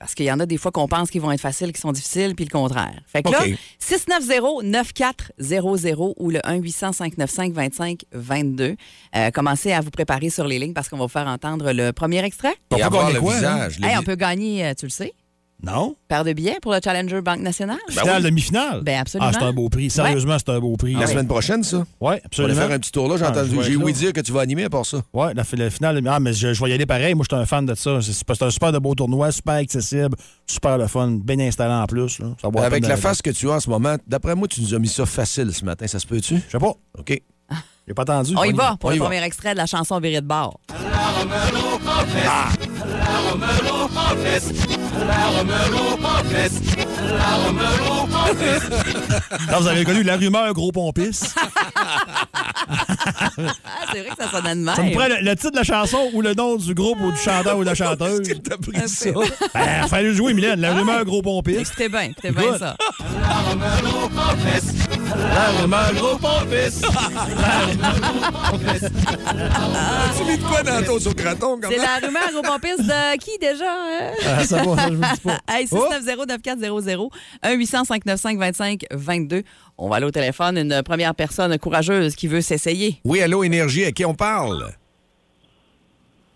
Parce qu'il y en a des fois qu'on pense qu'ils vont être faciles, qui sont difficiles, puis le contraire. Fait que OK. là, 690-9400 ou le 1-800-595-2522. Euh, commencez à vous préparer sur les lignes parce qu'on va vous faire entendre le premier extrait. Et peut à voir gagner le quoi, là? visage. le Hey, vi- on peut gagner, euh, tu le sais, Non? paire de billets pour le Challenger Banque Nationale. Finale, demi-finale? Ben, absolument. Ah, c'est un beau prix. Sérieusement, c'est un beau prix. Ah, La semaine prochaine, ça? Ouais, On va absolument. faire un petit tour là. J'ai Ah, je entendu- vais j'ai être ouï là. dire que tu vas animer à part ça. Ouais, la, fi- la finale. Ah, mais je, je vais y aller pareil. Moi, je suis un fan de ça. C'est c'est un super de beau tournoi, super accessible, super le fun, bien installé en plus. là. Ça vaut Avec peine la de- face que tu as en ce moment, d'après moi, tu nous as mis ça facile ce matin. Ça se peut-tu? Je sais pas. OK. J'ai pas attendu. On y va pour on le y va. premier extrait de la chanson Virée de bord. Là, vous avez connu la rumeur gros pompiste. Ah, c'est vrai que ça sonne de même. Ça me prend le, le titre de la chanson ou le nom du groupe ou du chanteur ou de la chanteuse. T'as pris ça? Ben, fallait le jouer, Mylène. La rumeur gros pompiste. Écoutez bien, écoutez bien Good. ça. La rumeur gros pompiste. Tu mets de quoi dans ton socraton comme C'est la rumeur au pompiste de qui déjà? hein? Ah, ça va, ça, je vous le dis pas. Oh! Hey, 690-9400, 1-800-595-2522. On va aller au téléphone, une première personne courageuse qui veut s'essayer. Oui, allô, Énergie, à qui on parle?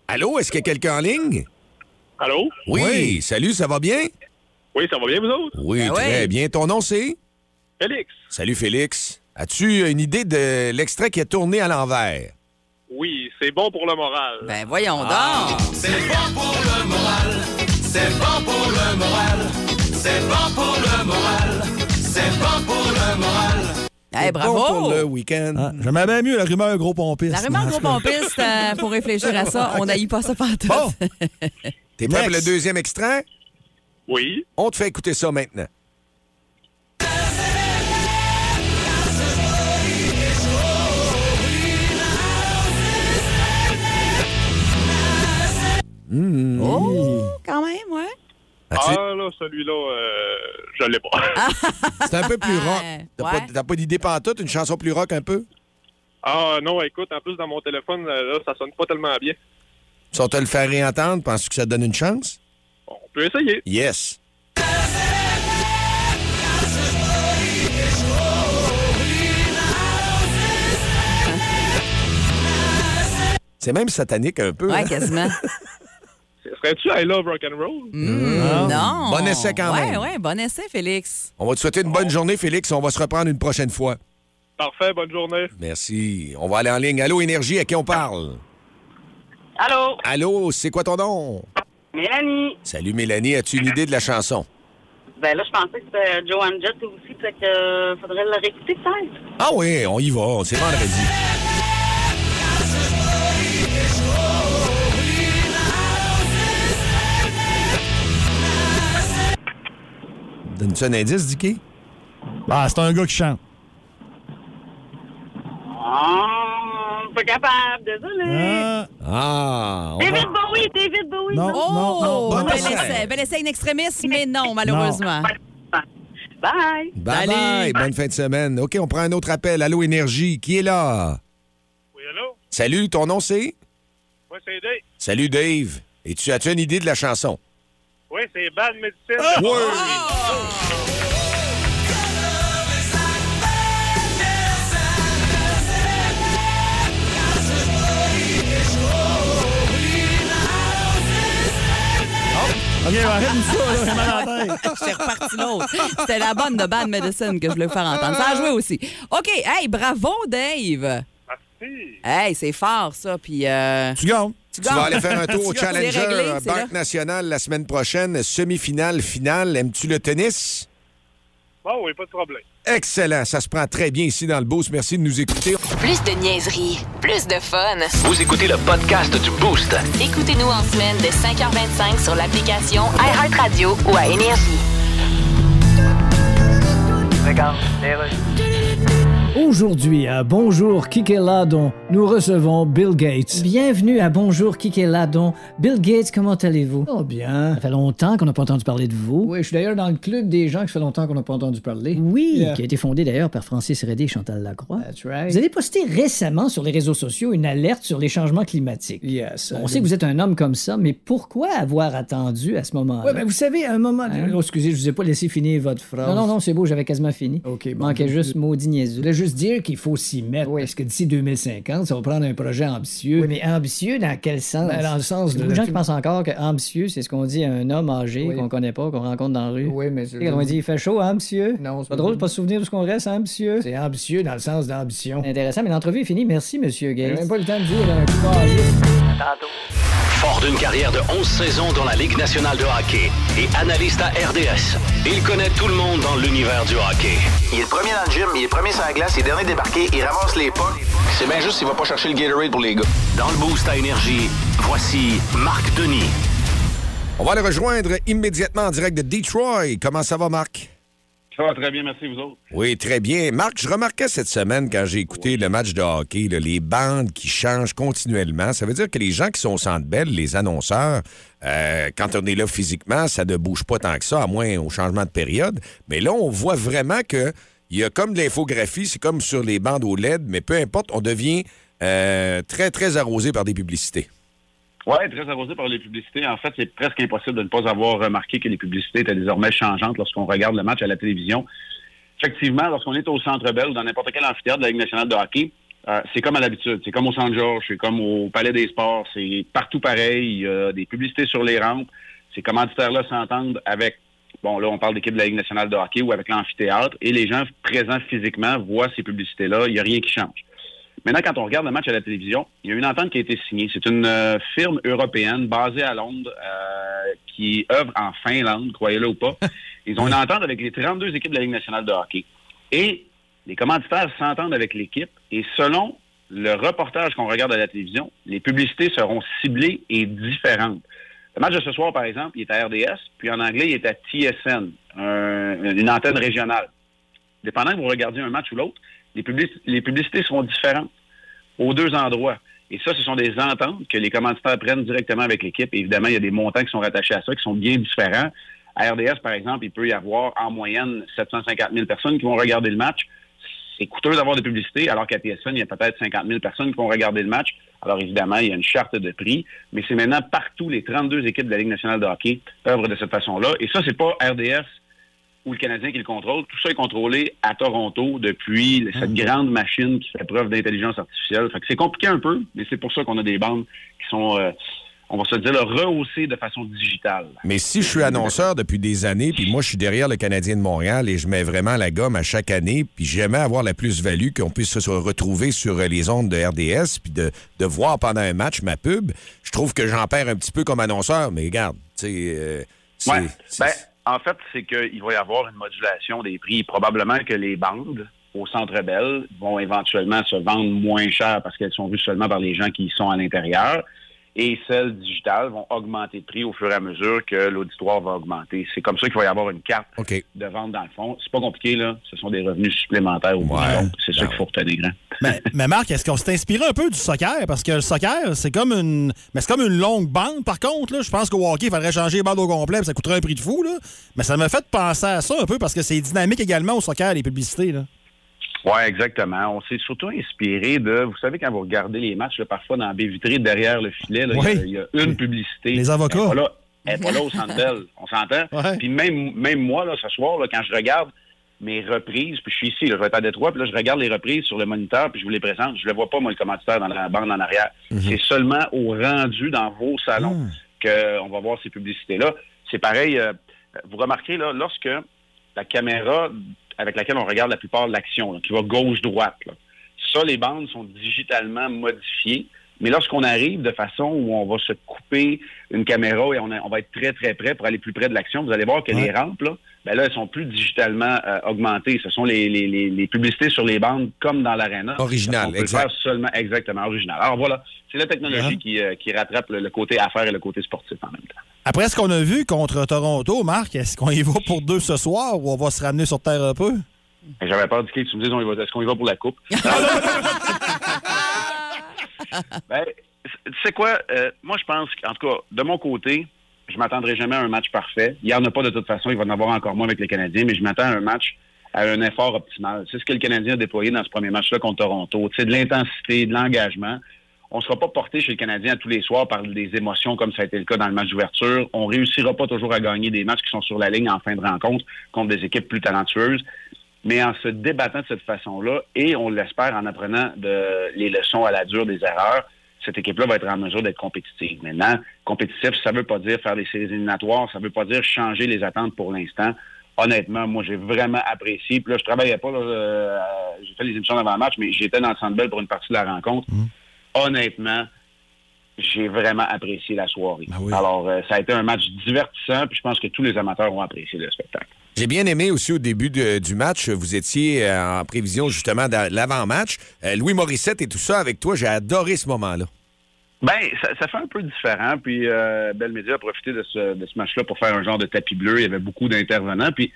Allô, est-ce qu'il y a quelqu'un en ligne? Allô? Oui. Salut, ça va bien? Oui, ça va bien, vous autres? Oui, Ben très oui. bien. Ton nom, c'est? Félix? Salut, Félix. As-tu une idée de l'extrait qui a tourné à l'envers? Eh, Oui, c'est bon pour le moral. Ben voyons donc. C'est bon pour le moral. C'est bon pour le moral. C'est bon pour le moral. C'est bon pour C'est le moral. Eh, bravo! Bon pour le week-end. Ah, J'aimais bien mieux la rumeur gros pompiste. La rumeur gros pompiste, euh, pour réfléchir à ça, on n'aille pas ça par tout. Bon. T'es prêt pour le Next. deuxième extrait? Oui. On te fait écouter ça maintenant. Oh, quand même, ouais. As-tu- Ah, là, celui-là, euh, je l'ai pas. C'est un peu plus rock. T'as Ah. Ouais. pas, t'as pas d'idée pantoute, une chanson plus rock un peu? Ah, non, écoute, en plus, dans mon téléphone, euh, là, ça sonne pas tellement bien. Si on te le fait réentendre, penses-tu que ça te donne une chance? On peut essayer. Yes. C'est même satanique un Oh! peu. Ouais, hein? quasiment. Serais-tu I Love Rock'n'Roll? Mm, non. Bon essai quand même. Ouais, ouais, bon essai, Félix. On va te souhaiter une bonne journée, Félix. On va se reprendre une prochaine fois. Parfait, bonne journée. Merci. On va aller en ligne. Allô, Énergie, à qui on parle? Allô, Allô, c'est quoi ton nom? Mélanie. Salut, Mélanie. As-tu une idée de la chanson? Ben là, je pensais que c'était Joanne Jett aussi, fait que euh, faudrait le réécouter peut-être. Ah oui, on y va. C'est vendredi. Donne-tu un indice, Dicky? Ah, c'est un gars qui chante. Ah, pas capable, désolé. Ah, Ah! on va- David Bowie, David Bowie. Non. Oh, non, bel bon essai. essai. Bel essai in extremis, mais non, malheureusement. Bye. Bye Salut. bye! Bonne fin de semaine. OK, on prend un autre appel. Allô, Énergie, qui est là? Oui, allô? Salut, ton nom c'est? Oui, c'est Dave. Salut, Dave. Et tu as-tu une idée de la chanson? Oui, c'est Bad Medicine. Ouais. OK, arrête-nous ça, là, j'ai mal à la tête. J'ai reparti l'autre. C'était la bonne de Bad Medicine que je voulais vous faire entendre. Ça a joué aussi. OK, hey, bravo, Dave. Merci. Hey, c'est fort, ça. Puis, euh, Tu gagnes. Tu vas aller faire un tour au C'est réglé, Challenger euh, c'est là. Banque Nationale la semaine prochaine, semi-finale, finale. Aimes-tu le tennis? Bon, oui, pas de problème. Excellent, ça se prend très bien ici dans le Beauce. Merci de nous écouter. Plus de niaiserie, plus de fun. Vous écoutez le podcast du Boost. Écoutez-nous en semaine de 5h25 sur l'application iHeartRadio ou à Énergie. Aujourd'hui à Bonjour Kikeladon, nous recevons Bill Gates. Bienvenue à Bonjour Kikeladon. Bill Gates, comment allez-vous? Oh bien. Ça fait longtemps qu'on n'a pas entendu parler de vous. Oui, je suis d'ailleurs dans le club des gens que ça fait longtemps qu'on n'a pas entendu parler. Oui, Yeah. qui a été fondé d'ailleurs par Francis Redé et Chantal Lacroix. That's right. Vous avez posté récemment sur les réseaux sociaux une alerte sur les changements climatiques. Yes. On sait que vous êtes un homme comme ça, mais pourquoi avoir attendu à ce moment-là? Ouais, ben vous savez, à un moment. Hein? Oh, excusez, je vous ai pas laissé finir votre phrase. Non, non, non, c'est beau, j'avais quasiment fini. OK, Il bon. manquait je- juste maudit Je niaiseux. voulais juste dire qu'il faut s'y mettre. Oui. Parce que d'ici 2050, ça va prendre un projet ambitieux. Oui, mais ambitieux dans quel sens? Ben, dans le sens Il y de. a beaucoup de gens qui pensent encore que ambitieux, c'est ce qu'on dit à un homme âgé Oui. qu'on connaît pas, qu'on rencontre dans la rue. Oui, mais. Tu sais, Quand on dit il fait chaud, hein, monsieur? Non, c'est Pas drôle de pas se souvenir de ce qu'on reste, hein, monsieur? C'est ambitieux dans le sens d'ambition. C'est intéressant, mais l'entrevue est finie. Merci, monsieur J'ai Gates. Ben, même pas le temps de dire un coup Fort d'une carrière de 11 saisons dans la Ligue nationale de hockey et analyste à RDS, il connaît tout le monde dans l'univers du hockey. Il est le premier dans le gym, il est le premier sur la glace, il est dernier débarqué, il ramasse les pas. C'est bien juste s'il va pas chercher le Gatorade pour les gars. Dans le Boost à Énergie, voici Marc Denis. On va le rejoindre immédiatement en direct de Detroit. Comment ça va, Marc? Ça va très bien, merci, vous autres. Oui, très bien. Marc, je remarquais cette semaine quand j'ai écouté le match de hockey, là, les bandes qui changent continuellement. Ça veut dire que les gens qui sont au centre belle, les annonceurs, euh, quand on est là physiquement, ça ne bouge pas tant que ça, à moins au changement de période. Mais là, on voit vraiment que il y a comme de l'infographie, c'est comme sur les bandes au LED, mais peu importe, on devient euh, très, très arrosé par des publicités. Oui, très arrosé par les publicités. En fait, c'est presque impossible de ne pas avoir remarqué que les publicités étaient désormais changeantes lorsqu'on regarde le match à la télévision. Effectivement, lorsqu'on est au Centre Bell ou dans n'importe quel amphithéâtre de la Ligue nationale de hockey, euh, c'est comme à l'habitude. C'est comme au Centre-Georges, c'est comme au Palais des Sports, c'est partout pareil. Il y a des publicités sur les rampes. Ces commanditaires-là s'entendent avec, bon, là, on parle d'équipe de la Ligue nationale de hockey ou avec l'amphithéâtre, et les gens présents physiquement voient ces publicités-là. Il n'y a rien qui change. Maintenant, quand on regarde le match à la télévision, il y a une entente qui a été signée. C'est une euh, firme européenne basée à Londres euh, qui œuvre en Finlande, croyez-le ou pas. Ils ont une entente avec les 32 équipes de la Ligue nationale de hockey. Et les commanditaires s'entendent avec l'équipe. Et selon le reportage qu'on regarde à la télévision, les publicités seront ciblées et différentes. Le match de ce soir, par exemple, il est à RDS, puis en anglais, il est à TSN, un- une antenne régionale. Dépendant que vous regardiez un match ou l'autre, les, publici- les publicités seront différentes aux deux endroits. Et ça, ce sont des ententes que les commanditaires prennent directement avec l'équipe. Évidemment, il y a des montants qui sont rattachés à ça, qui sont bien différents. À RDS, par exemple, il peut y avoir en moyenne 750 000 personnes qui vont regarder le match. C'est coûteux d'avoir de publicité, alors qu'à TSN, il y a peut-être 50 000 personnes qui vont regarder le match. Alors évidemment, il y a une charte de prix, mais c'est maintenant partout les 32 équipes de la Ligue nationale de hockey œuvrent de cette façon-là. Et ça, c'est pas RDS ou le Canadien qui le contrôle. Tout ça est contrôlé à Toronto depuis cette grande machine qui fait preuve d'intelligence artificielle. Fait que c'est compliqué un peu, mais c'est pour ça qu'on a des bandes qui sont, euh, on va se dire, là, rehaussées de façon digitale. Mais si je suis annonceur depuis des années, puis moi, je suis derrière le Canadien de Montréal et je mets vraiment la gomme à chaque année, puis j'aimais avoir la plus-value qu'on puisse se retrouver sur euh, les ondes de RDS, puis de, de voir pendant un match ma pub, je trouve que j'en perds un petit peu comme annonceur, mais regarde, tu sais, euh, c'est- Ouais. Ben, en fait, c'est qu'il va y avoir une modulation des prix. Probablement que les bandes au Centre Bell vont éventuellement se vendre moins cher parce qu'elles sont vues seulement par les gens qui y sont à l'intérieur. Et celles digitales vont augmenter de prix au fur et à mesure que l'auditoire va augmenter. C'est comme ça qu'il va y avoir une carte de vente dans le fond. C'est pas compliqué, là. Ce sont des revenus supplémentaires au bout du compte. C'est Ben ça qu'il faut retenir. hein. Mais, mais Marc, est-ce qu'on s'est inspiré un peu du soccer? Parce que le soccer, c'est comme une. Mais c'est comme une longue bande, par contre. là. Je pense qu'au hockey, il faudrait changer les bandes au complet, puis ça coûterait un prix de fou. Là. Mais ça m'a fait penser à ça un peu parce que c'est dynamique également au soccer, les publicités. Là. Oui, exactement. On s'est surtout inspiré de. Vous savez, quand vous regardez les matchs, là, parfois dans la baie vitrée, derrière le filet, là, il y a- Oui. il y, a une publicité. Les avocats. Elle est pas là, elle est pas là au centre Bell. On s'entend? Puis même, même moi, là, ce soir, là, quand je regarde mes reprises, puis je suis ici, là, je vais être à Détroit, puis là, je regarde les reprises sur le moniteur, puis je vous les présente. Je ne le vois pas, moi, le commanditaire dans la bande en arrière. C'est seulement au rendu dans vos salons qu'on va voir ces publicités-là. C'est pareil. euh, vous remarquez, là, lorsque la caméra avec laquelle on regarde la plupart de l'action, là, qui va gauche-droite. là. Ça, les bandes sont digitalement modifiées. Mais lorsqu'on arrive de façon où on va se couper une caméra et on, a- on va être très, très près pour aller plus près de l'action, vous allez voir que les rampes, là, ben là, elles sont plus digitalement euh, augmentées. Ce sont les, les- les- les publicités sur les bandes comme dans l'arena. Original, On peut le exact. Hein? faire seulement, exactement, original. Alors voilà, c'est la technologie qui, euh, qui rattrape le, le côté affaires et le côté sportif en même temps. Après ce qu'on a vu contre Toronto, Marc, est-ce qu'on y va pour deux ce soir ou on va se ramener sur terre un peu? Et J'avais peur du que tu me dises, on y va- est-ce qu'on y va pour la coupe? Ah, Ben, c- tu sais quoi? euh, moi, je pense qu'en tout cas, de mon côté, je m'attendrai jamais à un match parfait. Il n'y en a pas de toute façon. Il va en avoir encore moins avec les Canadiens, mais je m'attends à un match à un effort optimal. C'est ce que le Canadien a déployé dans ce premier match-là contre Toronto. Tu sais, de l'intensité, de l'engagement. On ne sera pas porté chez le Canadien à tous les soirs par des émotions comme ça a été le cas dans le match d'ouverture. On réussira pas toujours à gagner des matchs qui sont sur la ligne en fin de rencontre contre des équipes plus talentueuses. Mais en se débattant de cette façon-là, et on l'espère en apprenant de, les leçons à la dure des erreurs, cette équipe-là va être en mesure d'être compétitive. Maintenant, compétitif, ça ne veut pas dire faire des séries éliminatoires, ça ne veut pas dire changer les attentes pour l'instant. Honnêtement, moi, j'ai vraiment apprécié. Puis là, je travaillais pas, là, euh, j'ai fait les émissions avant le match, mais j'étais dans le Centre Bell pour une partie de la rencontre. Honnêtement, j'ai vraiment apprécié la soirée. Alors, euh, ça a été un match divertissant, puis je pense que tous les amateurs ont apprécié le spectacle. J'ai bien aimé aussi au début de- du match, vous étiez euh, en prévision justement de l'avant-match. Euh, Louis Morissette et tout ça avec toi, j'ai adoré ce moment-là. Ben, ça, ça fait un peu différent. Puis euh, Bell Media a profité de ce, de ce match-là pour faire un genre de tapis bleu. Il y avait beaucoup d'intervenants. Puis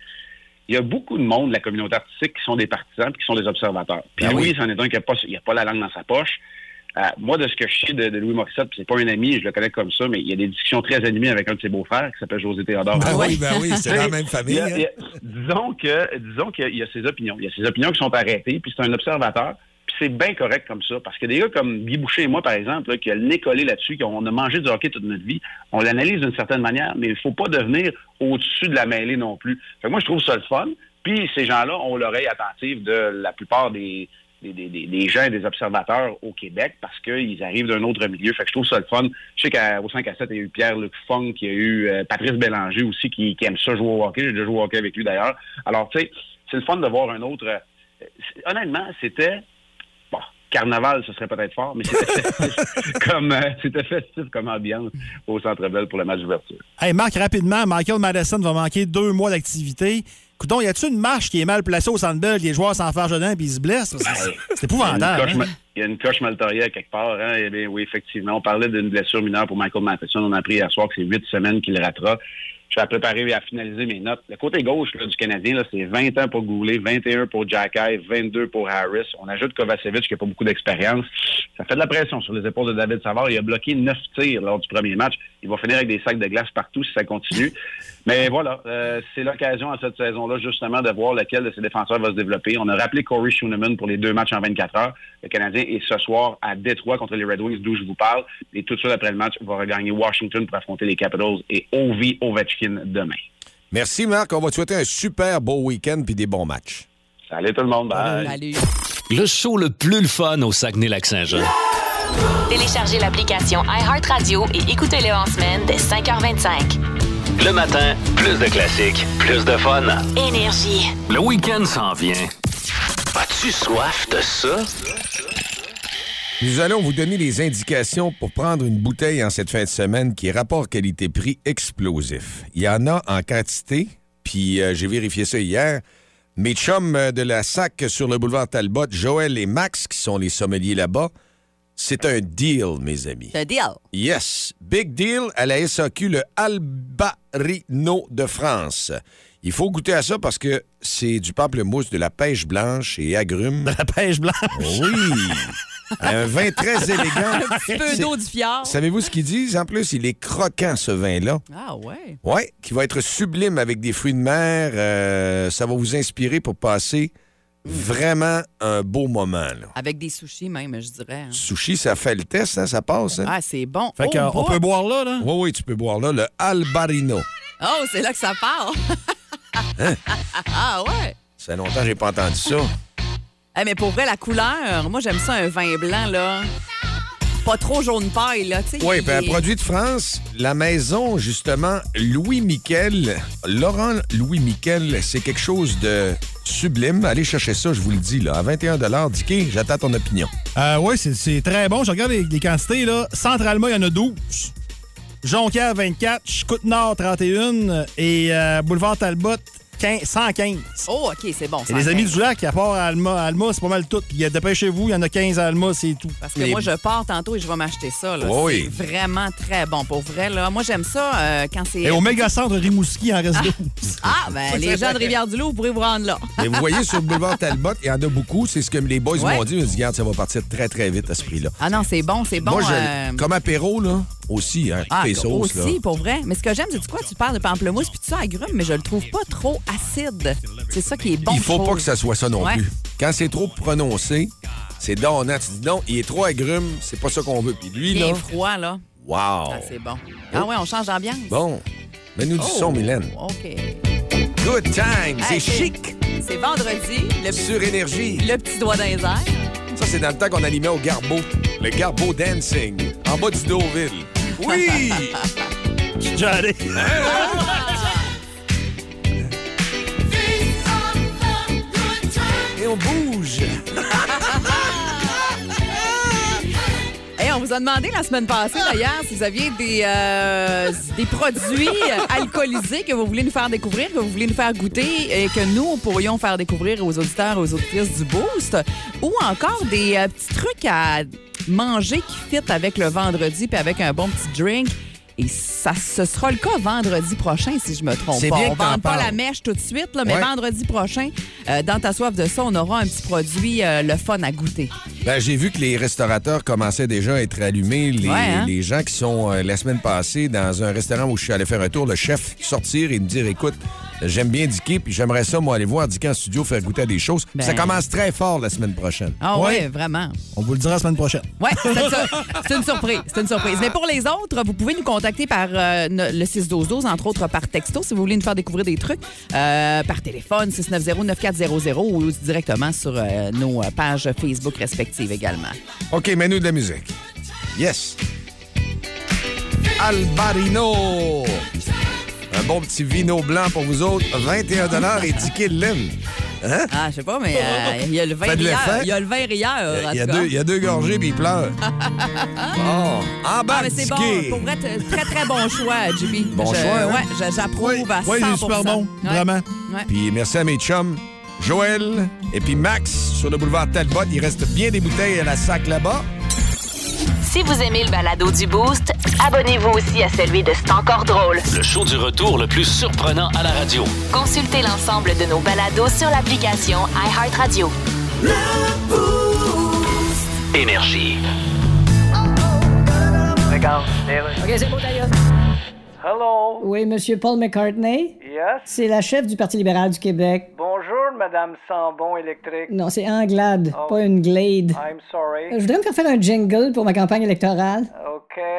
il y a beaucoup de monde de la communauté artistique qui sont des partisans puis qui sont des observateurs. Puis Ben Ah Louis, oui. c'en est un qui n'a pas, il a pas la langue dans sa poche. Euh, moi, de ce que je sais de, de Louis Morissette, puis c'est pas un ami, je le connais comme ça, mais il y a des discussions très animées avec un de ses beaux-frères qui s'appelle José Théodore. Ben oui, ben oui, c'est dans la même famille, Il y a- il y a- hein. disons que disons qu'il y a- il y a ses opinions. Il y a ses opinions qui sont arrêtées, puis c'est un observateur. Puis c'est bien correct comme ça. Parce que des gars comme Guy Boucher et moi, par exemple, là, qui a le nez collé là-dessus, qu'on a mangé du hockey toute notre vie, on l'analyse d'une certaine manière, mais il faut pas devenir au-dessus de la mêlée non plus. Fait que moi, je trouve ça le fun. Puis ces gens-là ont l'oreille attentive de la plupart des, des, des- des- des gens et des observateurs au Québec parce qu'ils arrivent d'un autre milieu. Fait que je trouve ça le fun. Je sais qu'au 5 à 7, il y a eu Pierre-Luc Funk, il y a eu euh, Patrice Bélanger aussi qui, qui aime ça jouer au hockey. J'ai déjà joué au hockey avec lui d'ailleurs. Alors, tu sais, c'est le fun de voir un autre. euh, c'est- Honnêtement, c'était. Bon, carnaval, ce serait peut-être fort, mais c'était festif, comme, euh, c'était festif comme ambiance au Centre Bell pour le match d'ouverture. Hey, Marc, rapidement, Michael Madison va manquer deux mois d'activité. Coudon, y a-tu une marche qui est mal placée au centre Bell, les joueurs s'en fâchent dedans puis ils se blessent? C'est- C'est c'est épouvantable. Il y a une hein? coche, ma- il y a une coche maltariée à quelque part. Hein? Eh bien, oui, effectivement. On parlait d'une blessure mineure pour Michael Matheson. On a appris hier soir que c'est huit semaines qu'il ratera. Je vais préparer et à finaliser mes notes. Le côté gauche là, du Canadien, là, c'est 21 pour Goulet, 21 pour Jacky, 22 pour Harris. On ajoute Kovacevic qui n'a pas beaucoup d'expérience. Ça fait de la pression sur les épaules de David Savard. Il a bloqué 9 tirs lors du premier match. Il va finir avec des sacs de glace partout si ça continue. Mais voilà, euh, c'est l'occasion à cette saison-là justement de voir lequel de ses défenseurs va se développer. On a rappelé Corey Schooneman pour les deux matchs en 24 heures. Le Canadien est ce soir à Détroit contre les Red Wings, d'où je vous parle. Et tout de suite après le match, va regagner Washington pour affronter les Capitals et Ovi Ovechkin demain. Merci, Marc. On va te souhaiter un super beau week-end puis des bons matchs. Salut tout le monde. Bye. Le show le plus le fun au Saguenay-Lac-Saint-Jean. Téléchargez l'application iHeartRadio et écoutez-le en semaine dès 5h25. Le matin, plus de classiques, plus de fun. Énergie. Le week-end s'en vient. As-tu soif de ça? Nous allons vous donner les indications pour prendre une bouteille en cette fin de semaine qui est rapport qualité-prix explosif. Il y en a en quantité, puis euh, j'ai vérifié ça hier. Mes chums euh, de la SAC sur le boulevard Talbot, Joël et Max, qui sont les sommeliers là-bas, c'est un deal, mes amis. C'est un deal. Yes, big deal à la SAQ, le Albarino de France. Il faut goûter à ça parce que c'est du pamplemousse, de la pêche blanche et agrumes. De la pêche blanche? Oui! un vin très élégant. Un petit peu C'est- d'eau du fjord. Savez-vous ce qu'ils disent? En plus, il est croquant, ce vin-là. Ah ouais. Oui, qui va être sublime avec des fruits de mer. Euh, ça va vous inspirer pour passer vraiment un beau moment. Là. Avec des sushis même, je dirais. hein. Sushi, ça fait le test, hein, ça passe. hein? Ah, c'est bon. Fait Oh, qu'on boy. peut boire là, là? Oui, oui, tu peux boire là, le Albarino. Oh, c'est là que ça part. Hein? ah ouais. Ça fait longtemps que j'ai pas entendu ça. Eh, mais pour vrai, la couleur, moi j'aime ça un vin blanc, là. Pas trop jaune paille, là, tu sais. Oui, il puis un est- produit de France, la maison, justement, Louis Miquel. Laurent Louis Miquel, c'est quelque chose de sublime. Allez chercher ça, je vous le dis, là. À 21 Dicky, j'attends ton opinion. Euh, oui, c'est- c'est très bon. Je regarde les, les quantités. là. Centralement, il y en a 12. Jonquière, 24. Chicoute-Nord, 31. Et euh, Boulevard Talbot, 15, 115. Oh, OK, c'est bon. Et ça, les en amis fait. du lac, à part à Alma, Alma c'est pas mal tout. Puis il y a- dépêchez-vous, il y en a 15 à Alma, c'est tout. Parce que moi, je pars tantôt et je vais m'acheter ça. là. Oui. C'est vraiment très bon pour vrai. Là. Moi, j'aime ça euh, quand c'est. Et au méga-centre Rimouski, il en reste 12. Ah, ben, les gens de Rivière-du-Loup, vous pourrez vous rendre là. Mais vous voyez, sur le boulevard Talbot, il y en a beaucoup. C'est ce que les boys Ouais. m'ont dit. Ils m'ont dit, regarde, ça va partir très, très vite à ce prix-là. Ah non, c'est bon, c'est bon. Moi, je- euh, comme apéro, là, aussi, hein, Ah, toutes les sauces, aussi, là. pour vrai. Mais ce que j'aime, c'est quoi? Tu parles de pamplemousse puis tout ça agrume, mais je le trouve pas trop acide. C'est ça qui est bon. il faut je pas trouve. que ça soit ça non Ouais. plus. Quand c'est trop prononcé, c'est donnant. Tu dis non, il est trop agrume, c'est pas ça qu'on veut. Puis lui, Bien là, froid, là. wow. Ah, c'est bon. Ah ouais, on change d'ambiance. Bon, mets-nous du Oh. son, Mylène. OK. Good time, c'est Hey, chic. C'est vendredi. Le petit- Sur Énergie. Le petit doigt dans les airs. Ça, c'est dans le temps qu'on animait au Garbo. Le Garbo Dancing, en bas du Deauville. Oui! Je suis déjà allé. Hein? Et on bouge. Hey, on vous a demandé la semaine passée, d'ailleurs, si vous aviez des, euh, des produits alcoolisés que vous voulez nous faire découvrir, que vous voulez nous faire goûter et que nous pourrions faire découvrir aux auditeurs et aux auditrices du Boost, ou encore des euh, petits trucs à manger qui fit avec le vendredi puis avec un bon petit drink. Et ça, ce sera le cas vendredi prochain, si je me trompe C'est pas. bien on que t'en vend pas parles. la mèche tout de suite, là, mais Ouais. vendredi prochain, euh, dans ta soif de ça, on aura un petit produit, euh, le fun à goûter. Ben, j'ai vu que les restaurateurs commençaient déjà à être allumés. Les, Ouais, hein? les gens qui sont euh, la semaine passée dans un restaurant où je suis allé faire un tour, le chef sortir et me dire écoute, j'aime bien Dicky, puis j'aimerais ça, moi, aller voir Dicky en studio faire goûter à des choses. Puis Ça Ben. commence très fort la semaine prochaine. Ah oui, vraiment. On vous le dira la semaine prochaine. Oui, c'est ça. C'est une surprise. C'est une surprise. Mais pour les autres, vous pouvez nous contacter par euh, ne- le 612-12, entre autres par texto, si vous voulez nous faire découvrir des trucs, euh, par téléphone 690-9400 ou directement sur euh, nos euh, pages Facebook respectives également. OK, mets-nous de la musique. Yes. Albarino. Un bon petit vino blanc pour vous autres. 21 et 10 kills Hein? Ah, je sais pas, mais euh, il y a le vin Faites-le rieur. faire. Il y a le vin rieur. en Il y, a tout cas. deux, il y a deux gorgées puis il pleure. Oh, en bas Ah, mais c'est bon. Pour vrai, t- très, très bon choix, Jimmy. Bon Je- choix, hein? Ouais, je- j'approuve à 100 oui, il est super bon, Ouais. vraiment. Ouais. Puis merci à mes chums, Joël et puis Max sur le boulevard Talbot. Il reste bien des bouteilles à la sac là-bas. Si vous aimez le balado du Boost, abonnez-vous aussi à celui de C'est encore drôle. Le show du retour le plus surprenant à la radio. Consultez l'ensemble de nos balados sur l'application iHeartRadio. Énergie. OK, c'est beau, d'ailleurs. Hello. Oui, Monsieur Paul McCartney? Yes. C'est la chef du Parti libéral du Québec. Bonjour, Madame Sambon électrique. Non, c'est Anglade, Oh. pas une Glade. I'm sorry. Je voudrais me faire faire un jingle pour ma campagne électorale. OK.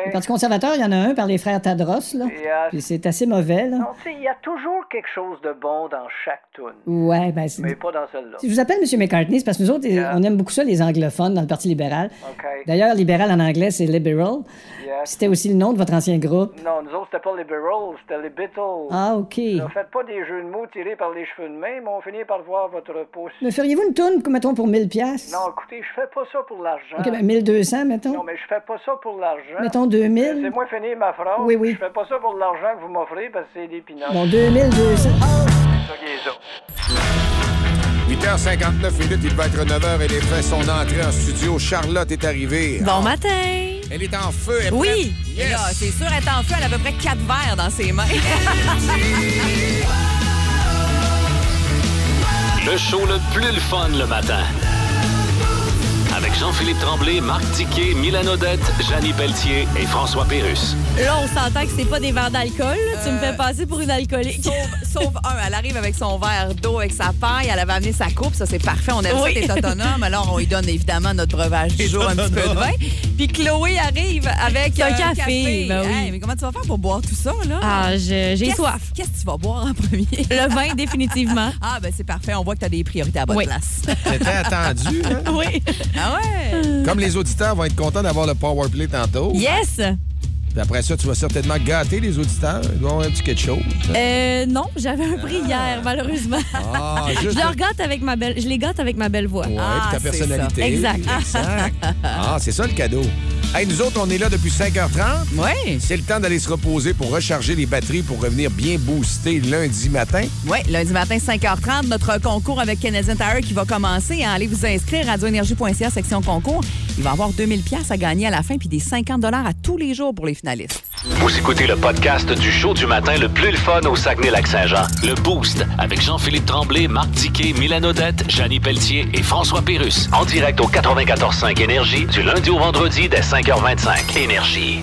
Le Parti conservateur, il y en a un par les frères Tadros, là. Yes. Puis c'est assez mauvais, là. Non, tu sais, il y a toujours quelque chose de bon dans chaque tune. Ouais, ben c'est... Mais pas dans celle-là. Si je vous appelle M. McCartney, c'est parce que nous autres, on aime beaucoup ça, les anglophones, dans le Parti libéral. OK. D'ailleurs, libéral en anglais, c'est liberal. Yes. C'était aussi le nom de votre ancien groupe. Non, nous autres, c'était pas les Beatles, c'était les Beatles. Ah, OK. Ne faites pas des jeux de mots tirés par les cheveux de main, mais on finit par voir votre pouce. Me feriez-vous une tourne, mettons, pour 1000 pièces Non, écoutez, je fais pas ça pour l'argent. OK, ben 1200, mettons. Non, mais je fais pas ça pour l'argent. Mettons 2000. Euh, C'est moi finir ma phrase. Oui, oui. Je fais pas ça pour l'argent que vous m'offrez parce que c'est des pinottes. Bon, 2200. 8h59 minutes, il va être 9h, elle est fait son entrée en studio. Charlotte est arrivée. Bon matin. Elle est en feu, elle est Oui. prête. Et là, c'est sûr, elle est en feu. Elle a à peu près quatre verres dans ses mains. Le show le plus le fun le matin. Avec Jean-Philippe Tremblay, Marc Tiquet, Milan Odette, Janine Pelletier et François Pérus. Là, on s'entend que c'est pas des verres d'alcool. là. Tu me fais passer pour une alcoolique. Sauf, sauf un, elle arrive avec son verre d'eau, avec sa paille, elle avait amené sa coupe, ça c'est parfait, on aime Oui. ça, t'es autonome. Alors on lui donne évidemment notre breuvage du T'es jour, un petit peu de autonome. vin. Puis Chloé arrive avec C'est un euh, café, ben oui. Hey, mais comment tu vas faire pour boire tout ça, là? Ah, je- j'ai Qu'est-ce- soif. Qu'est-ce que tu vas boire en premier? Le vin, définitivement. Ah, ben c'est parfait, on voit que t'as des priorités à bonne Oui. place. C'était attendu, hein? Oui. Ah ouais? Comme les auditeurs vont être contents d'avoir le power play tantôt. Yes! Puis après ça, tu vas certainement gâter les auditeurs. Ils vont avoir un petit quelque chose. hein? Euh, non, j'avais un prix hier, malheureusement. Ah, juste- je, leur gâte avec ma belle, je les gâte avec ma belle voix. Ouais, puis ta personnalité. Exact. Exact. Ah, c'est ça le cadeau. Hey, nous autres, on est là depuis 5h30. Oui. C'est le temps d'aller se reposer pour recharger les batteries pour revenir bien booster lundi matin. Oui, lundi matin, 5h30, notre concours avec Canadian Tire qui va commencer. hein. Allez vous inscrire, radioénergie.ca, section concours. Il va y avoir 2000 pièces à gagner à la fin, puis des 50 à tous les jours pour les finalistes. Vous écoutez le podcast du show du matin le plus le fun au Saguenay-Lac-Saint-Jean. Le Boost avec Jean-Philippe Tremblay, Marc Tiquet, Milan Odette, Janine Pelletier et François Pérus. En direct au 94.5 Énergie du lundi au vendredi dès 5h25. Énergie.